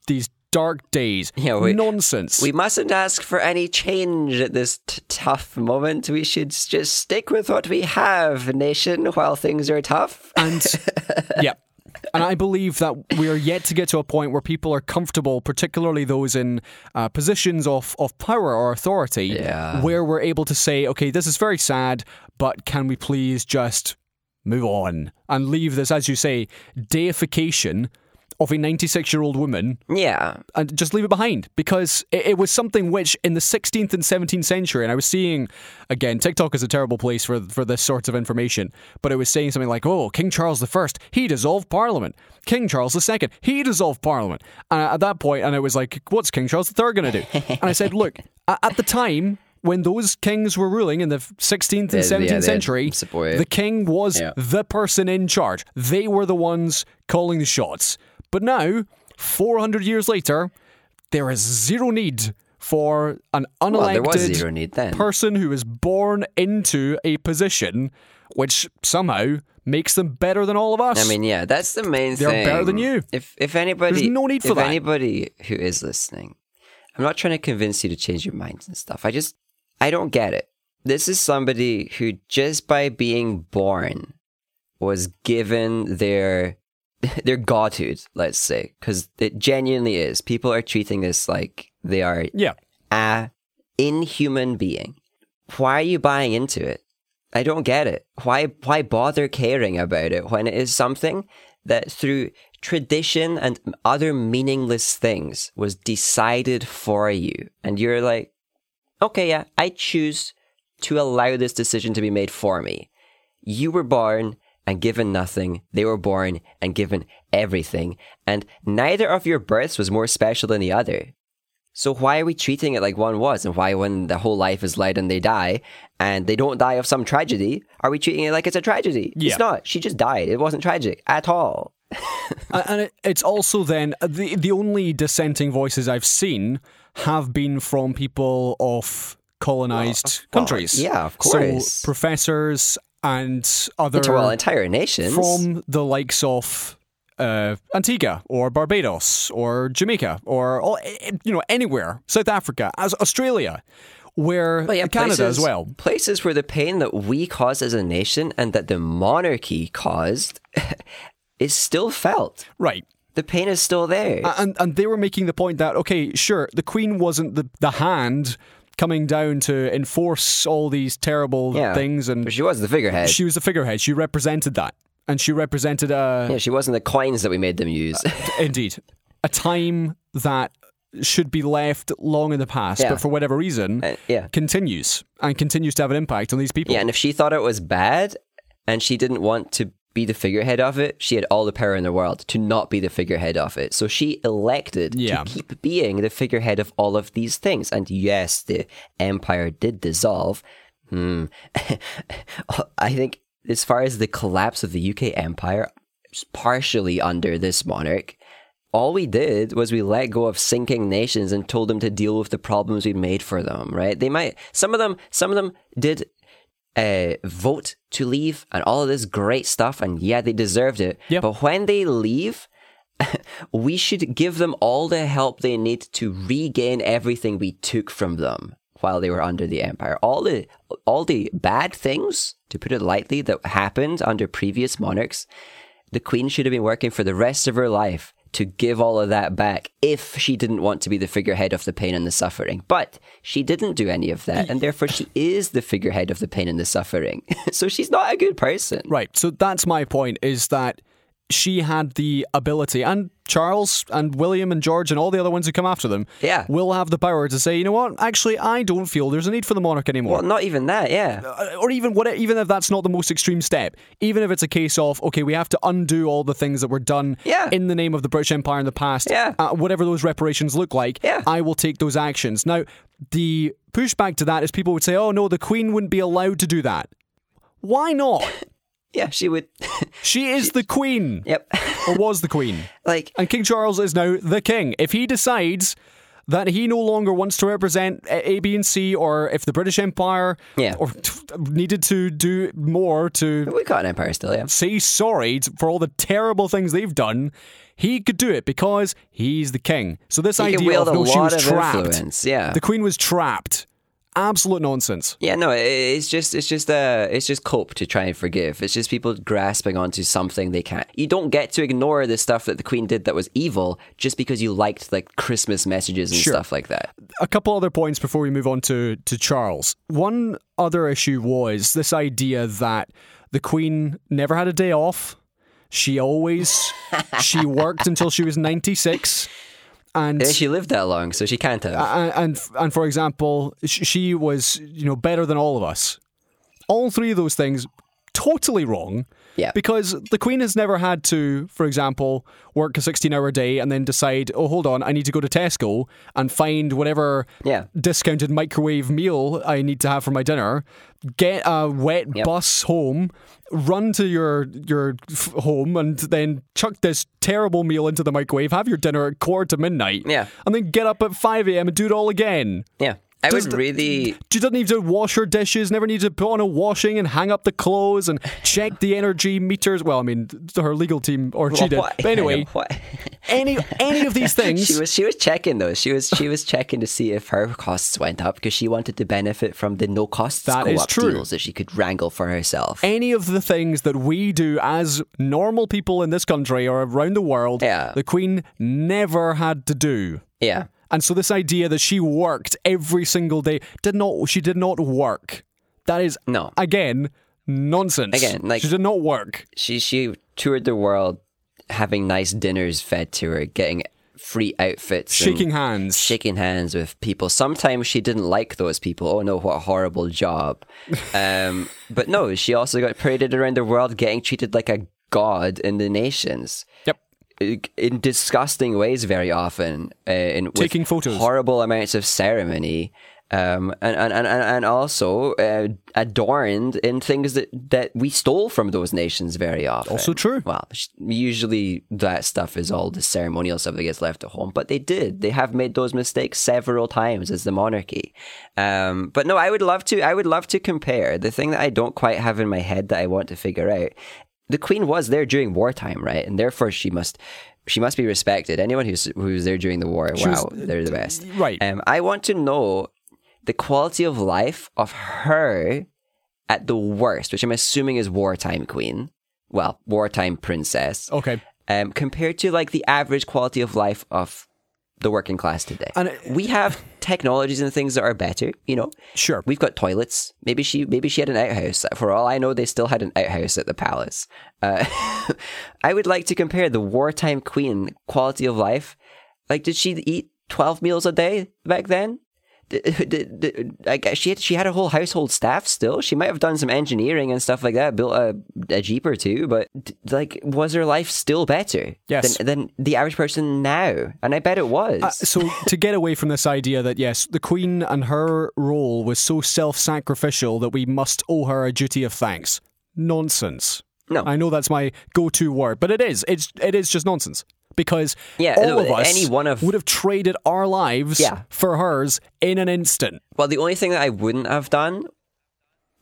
these dark days.
Yeah, we-
Nonsense.
We mustn't ask for any change at this t- tough moment. We should s- just stick with what we have, nation, while things are tough.
And yeah. And I believe that we are yet to get to a point where people are comfortable, particularly those in uh, positions of, of power or authority,
Yeah.
where we're able to say, okay, this is very sad, but can we please just move on and leave this, as you say, deification of a 96 year old woman
Yeah.
and just leave it behind because it, it was something which in the 16th and 17th century and i was seeing again tiktok is a terrible place for for this sort of information but it was saying something like oh king charles i he dissolved parliament king charles ii he dissolved parliament and at that point and it was like what's king charles iii going to do and i said look a- at the time when those kings were ruling in the 16th and
yeah,
17th
they had
century
support.
the king was
Yeah.
the person in charge. They were the ones calling the shots. But now, 400 years later, there is zero need for an unelected
Well, there was zero need then.
person who is born into a position which somehow makes them better than all of us.
I mean, yeah, that's the main
They're
thing.
better than you.
If if anybody,
There's no need for
if
that.
anybody who is listening, I'm not trying to convince you to change your minds and stuff. I just I don't get it. This is somebody who just by being born was given their their godhood, let's say, because it genuinely is. People are treating this like they are
Yeah.
a inhuman being. Why are you buying into it? I don't get it. Why why bother caring about it when it is something that through tradition and other meaningless things was decided for you and you're like okay yeah, I choose to allow this decision to be made for me. You were born and given nothing. They were born and given everything. And neither of your births was more special than the other. So why are we treating it like one was? And why when the whole life is led and they die and they don't die of some tragedy, are we treating it like it's a tragedy?
Yeah.
It's not. She just died. It wasn't tragic at all.
A- Uh, and it, it's also then uh, the the only dissenting voices I've seen have been from people of colonized countries.
yeah, of course.
So professors and other
To all entire nations.
Uh, from the likes of uh, Antigua or Barbados or Jamaica or all, you know anywhere South Africa as Australia, where
But Oh, yeah,
Canada
places,
as well.
Places where the pain that we caused as a nation and that the monarchy caused is still felt.
Right.
The pain is still there.
A- and and they were making the point that okay, sure, the Queen wasn't the the hand coming down to enforce all these terrible
Yeah.
things, and
but Uh, she was the figurehead.
she was the figurehead. She represented that, and she represented a
yeah, she wasn't the coins that we made them use.
indeed a time that should be left long in the past,
Yeah.
but for whatever reason,
Uh, yeah.
continues and continues to have an impact on these people.
Yeah, and if she thought it was bad and she didn't want to be the figurehead of it, she had all the power in the world to not be the figurehead of it. So she elected to
Yeah.
keep being the figurehead of all of these things. And yes, the empire did dissolve. Hmm. I think as far as the collapse of the UK empire, it's partially under this monarch. All we did was we let go of sinking nations and told them to deal with the problems we made for them, right? They might some of them some of them did uh, vote to leave and all of this great stuff. And yeah, they deserved it.
Yeah.
But when they leave, we should give them all the help they need to regain everything we took from them while they were under the empire. All the all the bad things, to put it lightly, that happened under previous monarchs, the queen should have been working for the rest of her life to give all of that back if she didn't want to be the figurehead of the pain and the suffering. But she didn't do any of that, and therefore she is the figurehead of the pain and the suffering. so she's not a good person.
Right. So that's my point is that she had the ability, and Charles and William and George and all the other ones who come after them
Yeah.
will have the power to say, you know what, actually, I don't feel there's a need for the monarch anymore.
Well, not even that, yeah.
Uh, or even what, even if that's not the most extreme step, even if it's a case of okay, we have to undo all the things that were done
Yeah.
in the name of the British Empire in the past,
Yeah.
uh, whatever those reparations look like,
Yeah.
I will take those actions. Now, the pushback to that is people would say, oh no, the Queen wouldn't be allowed to do that. Why not?
Yeah, she would.
She is the Queen,
yep.
or was the Queen,
like,
and King Charles is now the King. If he decides. That he no longer wants to represent A, B, and C, or if the British Empire
Yeah.
or t- needed to do more to
we got an empire still, yeah.
say sorry t- for all the terrible things they've done, he could do it because he's the king. So this
He can
idea
wield
of
a
no, she
lot
was
of
trapped.
influence, yeah.
The queen was trapped. Absolute nonsense.
yeah, no, it- it's just, it's just, uh, it's just cope to try and forgive. It's just people grasping onto something they can't. You don't get to ignore the stuff that the queen did that was evil just because you liked like Christmas messages and
Sure.
stuff like that.
A couple other points before we move on to to Charles. One other issue was this idea that the queen never had a day off. She always she worked until she was 96 and
And she lived that long, so she can't have.
and and, and for example, sh- she was you know better than all of us. All three of those things totally wrong.
Yeah.
Because the Queen has never had to, for example, work a sixteen-hour day and then decide, oh, hold on, I need to go to Tesco and find whatever
yeah.
discounted microwave meal I need to have for my dinner. Get a wet bus home, run to your your f- home, and then chuck this terrible meal into the microwave. Have your dinner at quarter to midnight.
Yeah.
and then get up at five a.m. and do it all again.
Yeah. I would
Does the-
really.
She doesn't need to wash her dishes, never need to put on a washing and hang up the clothes and check the energy meters. Well, I mean, her legal team, or she did.
What-
But anyway,
what-
any any of these things.
She was she was checking though. She was she was checking to see if her costs went up because she wanted to benefit from the no costs
That
go
is
up
true.
deals that she could wrangle for herself.
any of the things that we do as normal people in this country or around the world,
Yeah.
the Queen never had to do.
yeah.
And so this idea that she worked every single day did not she did not work. That is
No.
again nonsense.
Again, like-
she did not work.
She she toured the world having nice dinners fed to her, getting free outfits and
Shaking hands.
shaking hands with people. Sometimes she didn't like those people. Oh no, what a horrible job. Um, but no, she also got paraded around the world getting treated like a god in the nations.
Yep.
in disgusting ways very often uh, in with
Taking photos.
horrible amounts of ceremony um, and, and, and, and- and also uh, adorned in things that, that we stole from those nations very often.
Also true.
Well, sh- usually that stuff is all the ceremonial stuff that gets left at home, but they did. They have made those mistakes several times as the monarchy. Um, but no, I would love to. I would love to compare the thing that I don't quite have in my head that I want to figure out. The queen was there during wartime, right? And therefore, she must she must be respected. Anyone who's who's there during the war, wow, they're the best,
right.
Um, I want to know the quality of life of her at the worst, which I'm assuming is wartime queen. Well, wartime princess
Okay.
um, compared to like the average quality of life of the working class today.
And it-
we have technologies and things that are better, you know.
Sure.
We've got toilets. Maybe she maybe she had an outhouse. For all I know, they still had an outhouse at the palace. Uh, I would like to compare the wartime queen quality of life. Like, did she eat twelve meals a day back then? D- d- d- I guess she had, she had a whole household staff still. She might have done some engineering and stuff like that, built a, a jeep or two. But d- like, was her life still better
Yes.
than, than the average person now? And I bet it was.
Uh, so to get away from this idea that yes, the queen and her role was so self-sacrificial that we must owe her a duty of thanks. Nonsense.
No.
I know that's my go-to word, but it is. It's it is just nonsense because
Yeah,
all
no,
of us
any one of-
would have traded our lives
Yeah.
for hers in an instant.
Well, the only thing that I wouldn't have done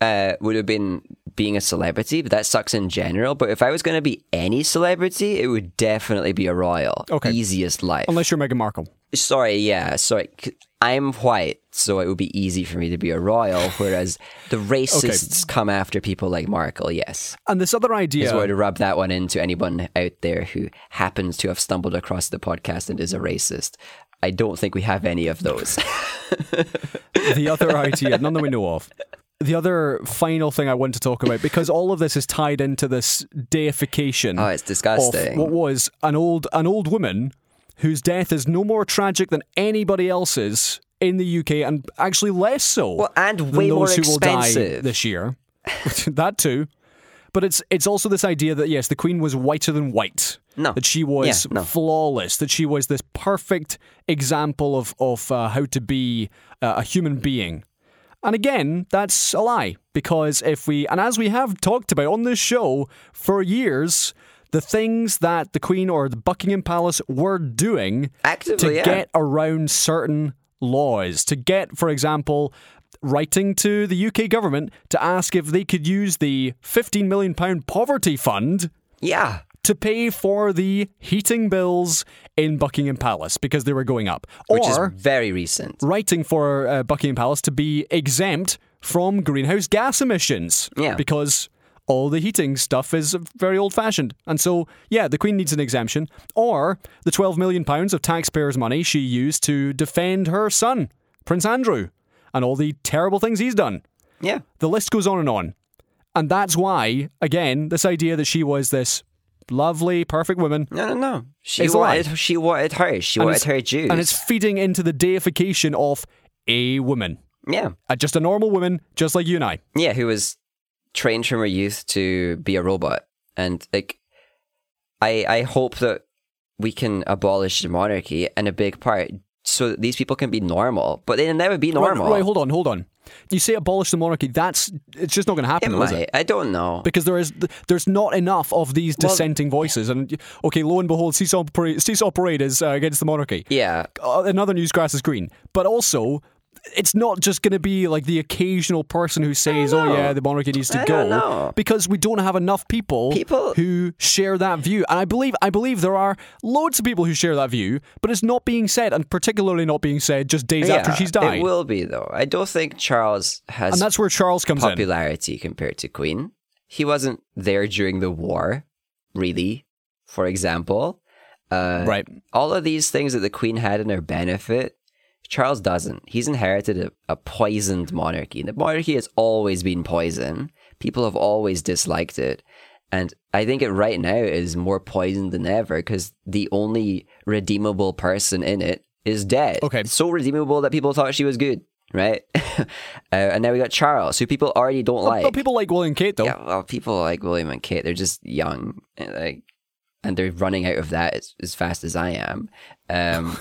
uh, would have been being a celebrity, but that sucks in general. But if I was going to be any celebrity, it would definitely be a royal.
Okay.
Easiest life.
Unless you're Meghan Markle.
sorry, yeah, sorry. C- I'm white, so it would be easy for me to be a royal, whereas the racists come after people like Markle, yes.
And this other idea
So I would rub that one into anyone out there who happens to have stumbled across the podcast and is a racist. I don't think we have any of those.
the other idea, none that we know of. The other final thing I want to talk about, because all of this is tied into this deification
oh, it's
of
disgusting.
what was an old an old woman whose death is no more tragic than anybody else's in the UK, and actually less so.
Well, and
than
way more
those who will die
expensive.
this year. that too. But it's it's also this idea that yes, the Queen was whiter than white.
No.
That she was
Yeah, no.
flawless. That she was this perfect example of of uh, how to be uh, a human being. And again, that's a lie because if we and as we have talked about on this show for years, the things that the Queen or the Buckingham Palace were doing
Actively,
to
yeah.
get around certain laws. To get, for example, writing to the UK government to ask if they could use the £15 million poverty fund
yeah.
to pay for the heating bills in Buckingham Palace because they were going up.
which
or
is very recent.
writing for uh, Buckingham Palace to be exempt from greenhouse gas emissions.
Yeah.
Because all the heating stuff is very old fashioned. And so, yeah, the Queen needs an exemption. Or the £12 million of taxpayers' money she used to defend her son, Prince Andrew, and all the terrible things he's done.
Yeah.
The list goes on and on. And that's why, again, this idea that she was this lovely, perfect woman
No, no, no. She
It's a lie.
wanted. She wanted her. She wanted her Jews.
and it's feeding into the deification of a woman.
yeah,
uh, just a normal woman, just like you and I.
yeah. Who was trained from her youth to be a robot, and like, I I hope that we can abolish the monarchy in a big part, so that these people can be normal. But they'll never be normal.
Right, right, hold on, hold on. You say abolish the monarchy. That's it's just not going to
it
happen, is
might.
it?
I don't know.
Because there is there's not enough of these dissenting voices. And okay, lo and behold, cease parade, cease operate is uh, against the monarchy.
Yeah.
Uh, another news grass is green, but also it's not just going to be like the occasional person who says, "Oh yeah, the monarchy needs to
I
go,"
don't know.
because we don't have enough people,
People-
who share that view. And I believe I believe there are loads of people who share that view, but it's not being said, and particularly not being said just days after she's died.
It will be though. I don't think Charles
and
has
that's where Charles comes in.
popularity compared to Queen. He wasn't there during the war, really. For example, uh,
Right.
all of these things that the Queen had in her benefit, Charles doesn't. He's inherited a, a poisoned monarchy. And the monarchy has always been poison. People have always disliked it. And I think it right now is more poisoned than ever because the only redeemable person in it is dead.
Okay.
So redeemable that people thought she was good, right? uh, and now we got Charles, who people already don't like.
but people like Will and Kate though.
Yeah, well, people like William and Kate, they're just young, and like, and they're running out of that as, as fast as I am. Um,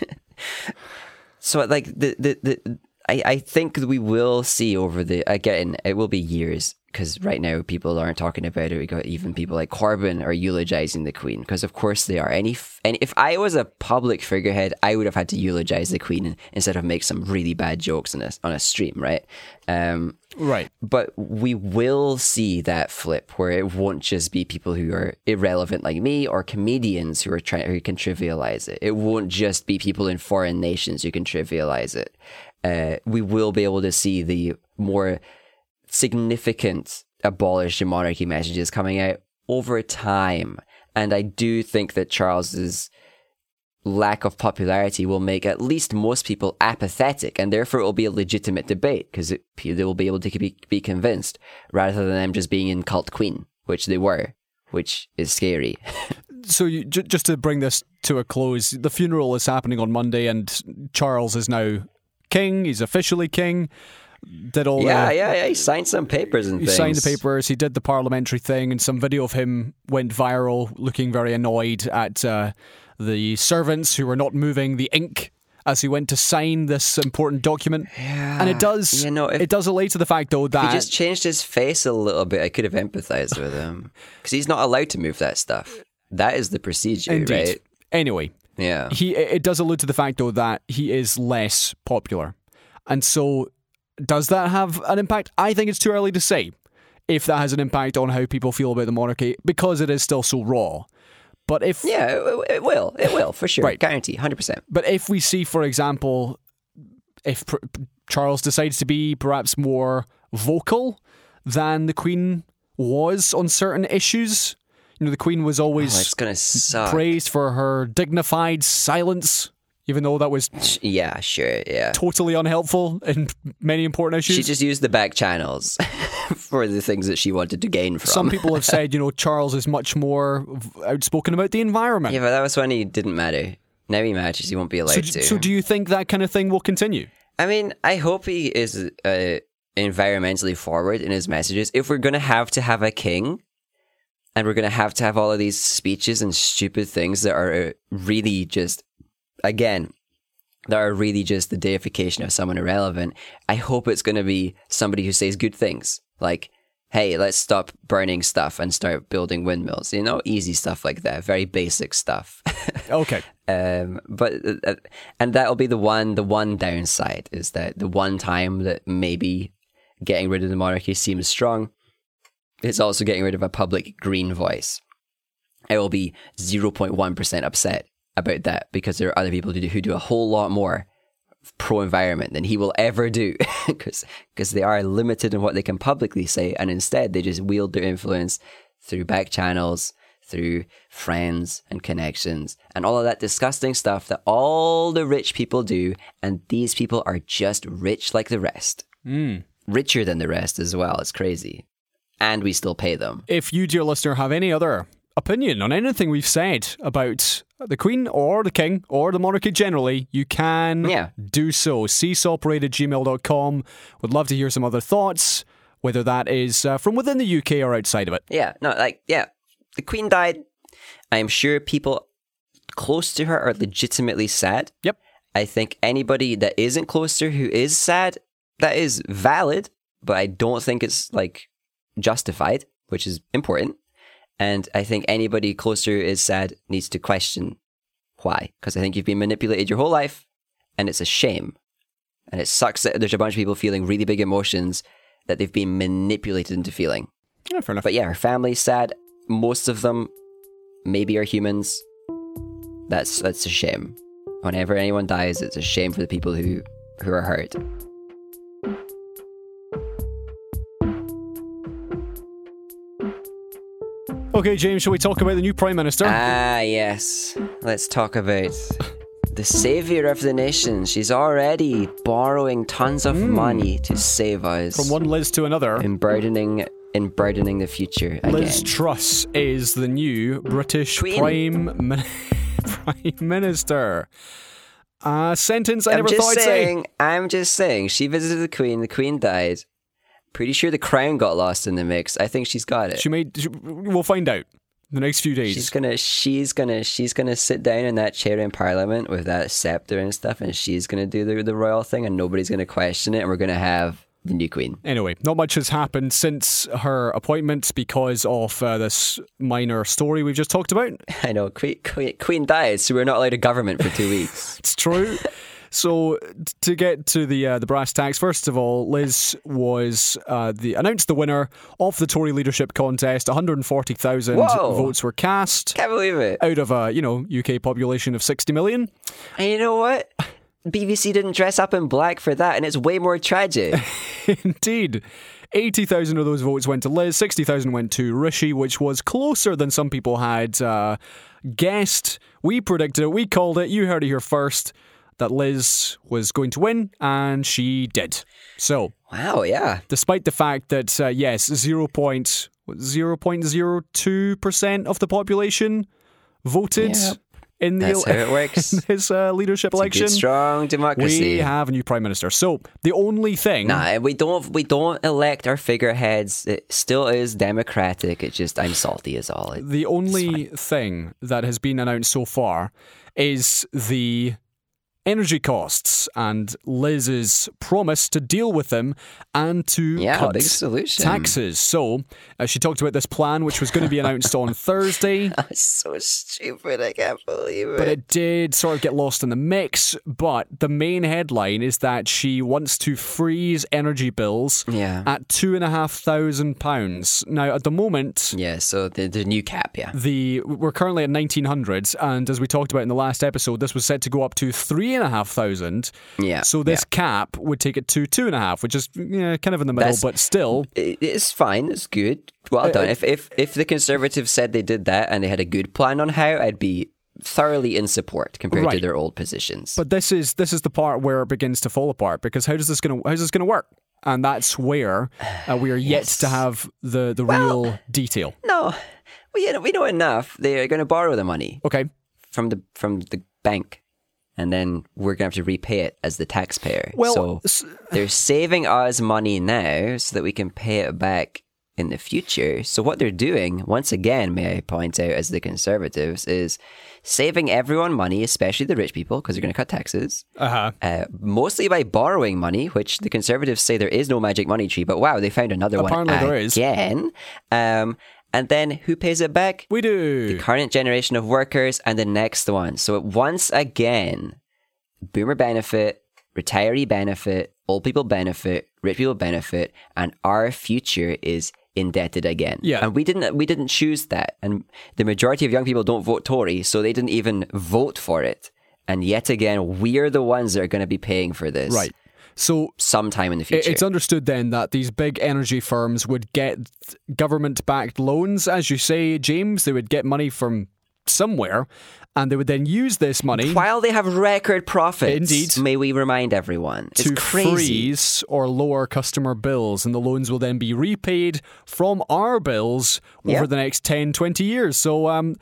so, like the the the. I, I think we will see over the again it will be years because right now people aren't talking about it. We got even people like Corbyn are eulogizing the Queen because of course they are. Any f- and if I was a public figurehead, I would have had to eulogize the Queen instead of make some really bad jokes on a on a stream, right? Um,
Right.
but we will see that flip where it won't just be people who are irrelevant like me or comedians who are trying who can trivialize it. It won't just be people in foreign nations who can trivialize it. Uh, we will be able to see the more significant abolish the monarchy messages coming out over time, and I do think that Charles's lack of popularity will make at least most people apathetic, and therefore it will be a legitimate debate because they will be able to be, be convinced rather than them just being in cult queen, which they were, which is scary.
So you, j- just to bring this to a close, the funeral is happening on Monday, and Charles is now king. He's officially king. Did all
yeah,
the
yeah, yeah. He signed some papers and
He
things.
signed the papers. He did the parliamentary thing, and some video of him went viral, looking very annoyed at uh, the servants who were not moving the ink as he went to sign this important document. Yeah. And it does,
You know, if-
it does relate to the fact though
He
that
just changed his face a little bit. I could have empathized with him because he's not allowed to move that stuff. That is the procedure,
indeed.
right?
Anyway,
Yeah.
he it it does allude to the fact though that he is less popular, and so does that have an impact? I think it's too early to say if that has an impact on how people feel about the monarchy because it is still so raw. But if
Yeah, it, it will. It will for sure.
Right.
Guarantee, hundred percent.
But if we see, for example, if pr- Charles decides to be perhaps more vocal than the Queen was on certain issues, you know, the Queen was
Oh, It's
always
gonna suck.
praised for her dignified silence, even though that was
yeah, sure. Yeah.
totally unhelpful in many important
She
issues.
just used the back channels for the things that she wanted to gain from.
Some people have said, you know, Charles is much more v- outspoken about the environment.
yeah, but that was when he didn't matter. Now he matters. He won't be allowed
so,
to.
d- so, do you think that kind of thing will continue?
I mean, I hope he is uh, environmentally forward in his messages. If we're gonna have to have a king, and we're gonna have to have all of these speeches and stupid things that are uh, really just, again, that are really just the deification of someone irrelevant. I hope it's gonna be somebody who says good things, like, "Hey, let's stop burning stuff and start building windmills." You know, easy stuff like that, very basic stuff.
Okay.
Um, but uh, and that'll be the one the one downside is that the one time that maybe getting rid of the monarchy seems strong, it's also getting rid of a public green voice. I will be zero point one percent upset about that because there are other people who do, who do a whole lot more pro environment than he will ever do because they are limited in what they can publicly say and instead they just wield their influence through back channels through friends and connections and all of that disgusting stuff that all the rich people do and these people are just rich like the rest richer than the rest as well it's crazy and we still pay them
If you, dear listener, have any other opinion on anything we've said about the Queen or the King or the monarchy generally, you can
Yeah.
do so. Ceaseoperated gmail.com. Would love to hear some other thoughts, whether that is uh, from within the UK or outside of it.
Yeah, no, like, yeah, the Queen died. I am sure people close to her are legitimately sad.
Yep.
I think anybody that isn't close to her who is sad, that is valid, but I don't think it's like justified, which is important. And I think anybody close to her is sad needs to question why, because I think you've been manipulated your whole life, and it's a shame. And it sucks that there's a bunch of people feeling really big emotions that they've been manipulated into feeling.
Yeah, fair enough.
But yeah, her family's sad. Most of them maybe are humans. That's that's a shame. Whenever anyone dies, it's a shame for the people who who are hurt.
Okay, James, shall we talk about the new Prime Minister?
Ah, yes. Let's talk about the savior of the nation. She's already borrowing tons of money to save us
Hmm. From one Liz to another,
emburdening emburdening the future again.
Liz Truss is the new British
Queen.
Prime, Min- Prime Minister. A sentence I
I'm
never
just
thought I'd say.
saying. I'm just saying. She visited the Queen. The Queen died. Pretty sure the crown got lost in the mix. I think she's got it.
She made. She, we'll find out in the next few days.
She's gonna, she's gonna, she's gonna sit down in that chair in Parliament with that scepter and stuff, and she's gonna do the the royal thing, and nobody's gonna question it, and we're gonna have the new Queen.
Anyway, not much has happened since her appointment because of uh, this minor story we've just talked about.
I know. Queen, queen, queen dies, so we're not allowed a government for two weeks.
It's true. so t- to get to the uh, the brass tacks, first of all, Liz was uh, the announced the winner of the Tory leadership contest. One hundred forty thousand
Whoa.
votes were cast
Can't believe it.
out of a you know UK population of sixty million.
And you know what? BBC didn't dress up in black for that, and it's way more tragic.
Indeed. 80,000 of those votes went to Liz, 60,000 went to Rishi, which was closer than some people had uh, guessed. We predicted it, we called it, you heard it here first, that Liz was going to win, and she did. So,
wow. Yeah.
despite the fact that, uh, yes, 0.02% of the population voted
Yep.
in the
That's how it works.
his uh, leadership election,
Good, strong democracy.
we have a new prime minister. So, the only thing.
Nah, we don't we don't elect our figureheads. It still is democratic. It's just I'm salty is all. It-
The only thing that has been announced so far is the energy costs and Liz's promise to deal with them and to
Yeah,
cut
big solution.
taxes. So uh, she talked about this plan, which was going to be announced on Thursday,
It's so stupid. I can't believe it.
but it did sort of get lost in the mix. But the main headline is that she wants to freeze energy bills
yeah.
at two and a half thousand pounds. Now, at the moment,
yeah. So the the new cap. Yeah.
the we're currently at 1900s and as we talked about in the last episode this was set to go up to three and a half thousand
Yeah.
so this cap would take it to two and a half which is yeah, kind of in the middle
That's-
but still
It- It's fine. It's good. Well done. If if if the Conservatives said they did that and they had a good plan on how, I'd be thoroughly in support compared to
Right.
their old positions.
but this is this is the part where it begins to fall apart because how does this gonna how's this gonna work and that's where uh, we are yet to have the the real detail
no, we we know enough. They are going to borrow the money
okay
from the from the bank, and then we're going to have to repay it as the taxpayer.
well
so
s-
they're saving us money now so that we can pay it back in the future. So what they're doing, once again, may I point out, as the conservatives, is saving everyone money, especially the rich people, because they're going to cut taxes.
uh-huh
Uh, mostly by borrowing money, which the conservatives say there is no magic money tree, but wow, they found another
Apparently
one
there is.
again. Um, and then who pays it back?
we
the
do
current generation of workers and the next one. So once again, boomer benefit, retiree benefit, old people benefit, rich people benefit, and our future is indebted again.
Yeah.
And we didn't we didn't choose that. And the majority of young people don't vote Tory, so they didn't even vote for it. And yet again, we're the ones that are gonna be paying for this
right so
sometime in the
It-
future.
It's understood then that these big energy firms would get government backed loans, as you say, James. They would get money from somewhere and they would then use this money
while they have record profits,
Indeed.
may we remind everyone,
to
it's crazy.
freeze or lower customer bills. And the loans will then be repaid from our bills over
Yeah.
the next 10, 20 years. So, um,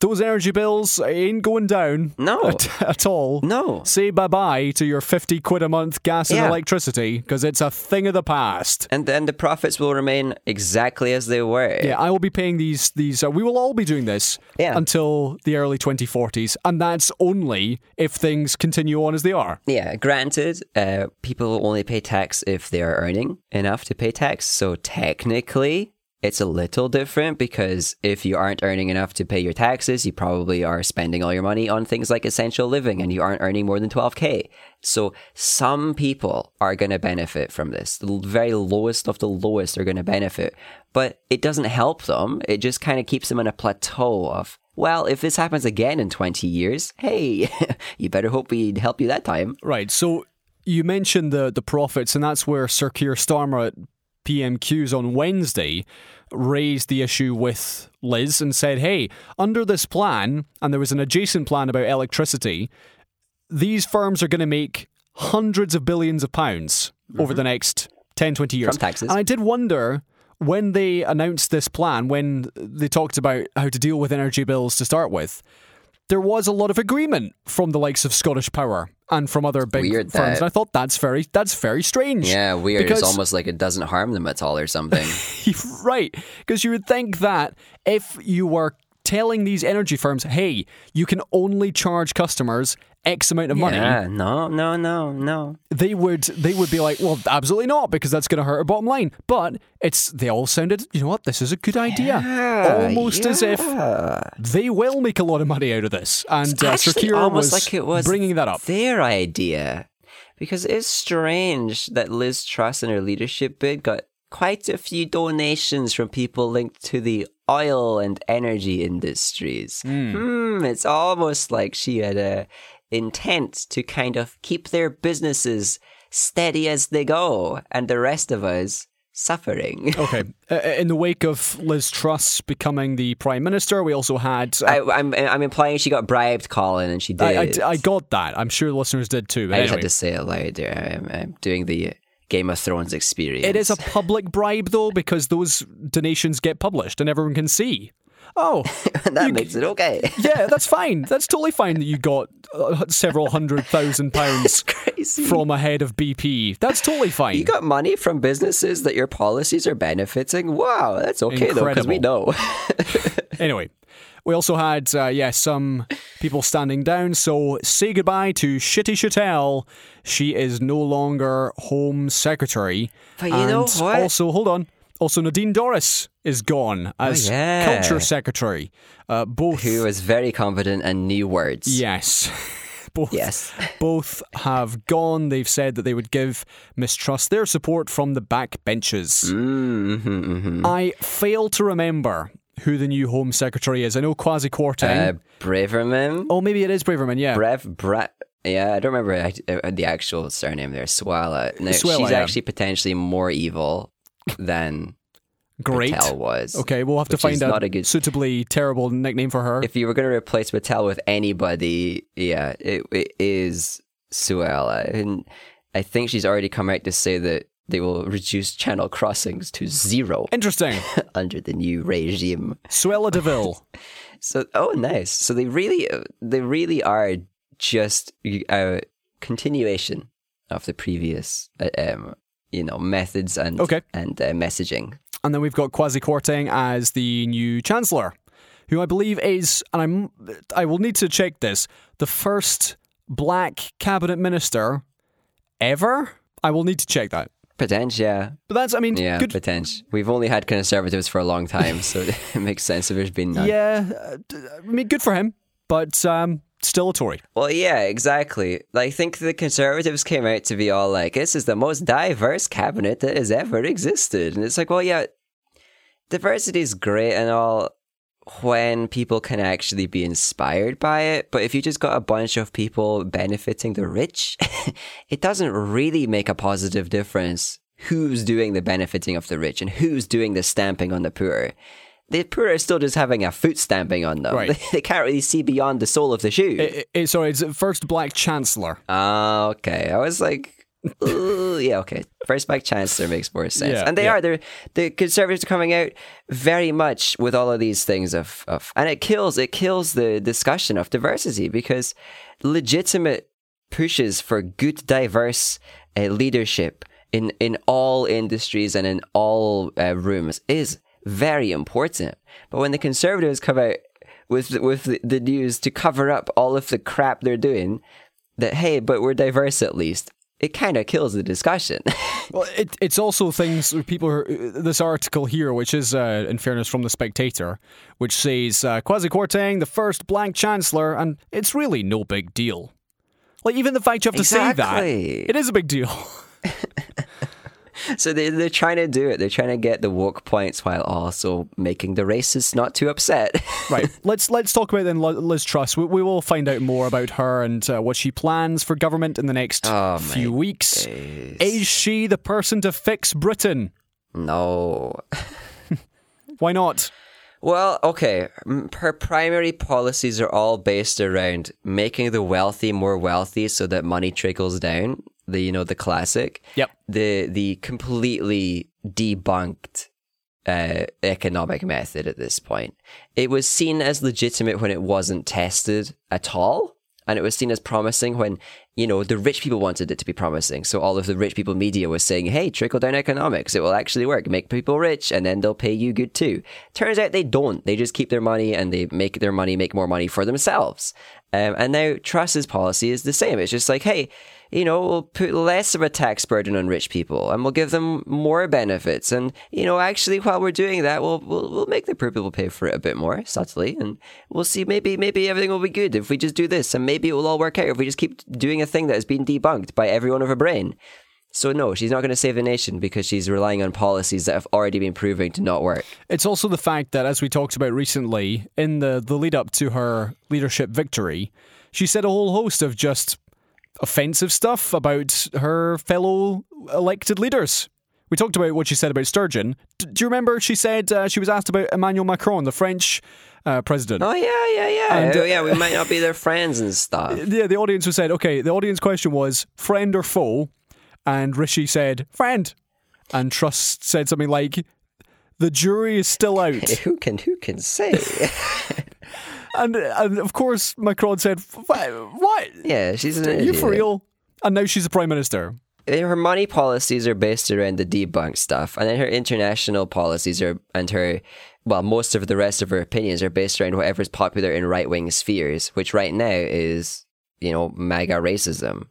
those energy bills ain't going down
No.
at, at all.
No.
Say bye bye to your 50 quid a month gas and
Yeah.
electricity because it's a thing of the past.
and then the profits will remain exactly as they were.
Yeah, I will be paying these. These uh, we will all be doing this
Yeah.
until the early 2040s, and that's only if things continue on as they are.
Yeah, granted, uh, people only pay tax if they are earning enough to pay tax. So technically, it's a little different because if you aren't earning enough to pay your taxes, you probably are spending all your money on things like essential living and you aren't earning more than 12K. So some people are going to benefit from this. The very lowest of the lowest are going to benefit, but it doesn't help them. It just kind of keeps them in a plateau of, well, if this happens again in 20 years, hey, you better hope we help you that time.
Right. So you mentioned the the profits, and that's where Sir Keir Starmer at PMQs on Wednesday raised the issue with Liz and said, "Hey, under this plan, and there was an adjacent plan about electricity, these firms are going to make hundreds of billions of pounds over the next 10, 20 years
Mm-hmm. From taxes.
And I did wonder." When they announced this plan, when they talked about how to deal with energy bills to start with, there was a lot of agreement from the likes of Scottish Power and from other big
weird
firms.
that-
And I thought that's very that's very strange.
Yeah, weird.
Because,
It's almost like it doesn't harm them at all or something.
right because you would think that if you were telling these energy firms, hey, you can only charge customers X amount of money,
yeah, no, no, no, no.
they would they would be like, well, absolutely not, because that's going to hurt our bottom line. But it's they all sounded, you know what, this is a good idea, almost as if they will make a lot of money out of this. And uh, Sir
actually
Keir
almost
was
like it was
bringing that up.
their idea because it's strange that Liz Truss and her leadership bid got quite a few donations from people linked to the oil and energy industries. Hmm, it's almost like she had a intent to kind of keep their businesses steady as they go and the rest of us suffering.
Okay. Uh, In the wake of Liz Truss becoming the prime minister, we also had. uh,
I, I'm, I'm implying she got bribed, Colin, and she did.
Oh. I, I- I got that. I'm sure listeners did too. But
I just
anyway.
had to say it loud there. I'm, I'm doing the Game of Thrones experience.
It is a public bribe, though, because those donations get published and everyone can see. Oh,
that makes it okay.
yeah, that's fine. That's totally fine that you got uh, several hundred thousand pounds
Crazy.
from a head of BP. That's totally fine.
you got money from businesses that your policies are benefiting. Wow, that's okay though, because we know.
Anyway, we also had, uh, yeah, some people standing down. So say goodbye to Shitty Chattel. She is no longer Home Secretary.
But you know
And
what?
Also, hold on. Also, Nadine Doris is gone as
Oh, yeah.
Culture Secretary. Uh, both.
Who is very confident and new words.
Yes. both.
Yes.
Both have gone. They've said that they would give mistrust their support from the backbenches.
Mm-hmm, Mm.
I fail to remember who the new Home Secretary is. I know Quasi Kwarteng.
Uh, Braverman.
Oh, maybe it is Braverman. Yeah,
Brev, Bra- yeah, I don't remember uh, uh, the actual surname there. Swala. No,
Swala,
she's
yeah.
actually potentially more evil than
great.
Tel was.
Okay, we'll have to
Which is
find out
not a good-
suitably terrible nickname for her.
if you were going to replace Mattel with anybody, yeah, it, it is Suella. And I think she's already come out to say that they will reduce channel crossings to zero
Interesting,
under the new regime.
Suella Deville.
So, oh, nice. So they really, they really are just a continuation of the previous, uh, um, you know, methods and
Okay.
and uh, messaging.
And then we've got Quasi Kwarteng as the new Chancellor, who I believe is, and I'm, I will need to check this, the first black cabinet minister ever. I will need to check that.
Potential,
But that's, I mean,
yeah,
good.
potential. We've only had conservatives for a long time, so it makes sense if there's been none.
Yeah, uh, d- I mean, good for him, but um, still a Tory.
Well, yeah, exactly. I think the conservatives came out to be all like, "This is the most diverse cabinet that has ever existed," and it's like, well, yeah, diversity is great and all when people can actually be inspired by it. But if you just got a bunch of people benefiting the rich, it doesn't really make a positive difference who's doing the benefiting of the rich and who's doing the stamping on the poor. The poor are still just having a foot stamping on them.
Right.
They can't really see beyond the sole of the shoe.
I I- sorry, it's the first black Chancellor.
Ah, okay. I was like, "Ooh, yeah, okay. First Mike Chancellor makes more sense.
Yeah,
and they
yeah.
are. They're, the conservatives are coming out very much with all of these things of, of and it kills it kills the discussion of diversity because legitimate pushes for good diverse uh, leadership in in all industries and in all uh, rooms is very important. But when the conservatives come out with with the, the news to cover up all of the crap they're doing, that hey, but we're diverse at least. it kind of kills the discussion.
Well, it, it's also things people. Are, uh, this article here, which is uh, in fairness from the Spectator, which says uh, Kwasi Kwarteng, the first blank chancellor, and it's really no big deal. Like even the fact you have to say
Exactly.
that, it is a big deal.
so they, they're trying to do it. They're trying to get the woke points while also making the racists not too upset.
right. Let's let's talk about then Li- Liz Truss. We, we will find out more about her and uh, what she plans for government in the next
Oh, my
few weeks. Is she the person to fix Britain?
no.
Why not?
Well, okay. m- Her primary policies are all based around making the wealthy more wealthy so that money trickles down. The you know the classic.
Yep.
The the completely debunked uh, economic method at this point. It was seen as legitimate when it wasn't tested at all, and it was seen as promising when you know the rich people wanted it to be promising. So all of the rich people media was saying, "Hey, trickle down economics. It will actually work. Make people rich, and then they'll pay you good too." Turns out they don't. They just keep their money and they make their money make more money for themselves. Um, and now Truss's policy is the same. It's just like, hey, you know, we'll put less of a tax burden on rich people and we'll give them more benefits. And, you know, actually, while we're doing that, we'll, we'll, we'll make the poor people pay for it a bit more subtly. And we'll see, maybe, maybe everything will be good if we just do this. And maybe it will all work out if we just keep doing a thing that has been debunked by everyone of a brain. So, no, she's not going to save the nation because she's relying on policies that have already been proving to not work.
It's also the fact that, as we talked about recently, in the, the lead up to her leadership victory, she said a whole host of just offensive stuff about her fellow elected leaders. We talked about what she said about Sturgeon. D- do you remember she said uh, she was asked about Emmanuel Macron, the French uh, president?
Oh, yeah, yeah, yeah.
And,
oh, yeah, we might not be their friends and stuff.
Yeah, the audience was said, okay, the audience question was friend or foe? And Rishi said, friend. And Trust said something like, the jury is still out.
Who can who can say?
And, and of course, Macron said, "What? what?
yeah, she's an
Are you
idiot.
for real?" And now she's the prime minister.
And Her money policies are based around the debunk stuff, and then her international policies are and her well, most of the rest of her opinions are based around whatever's popular in right wing spheres, which right now is you know MAGA racism,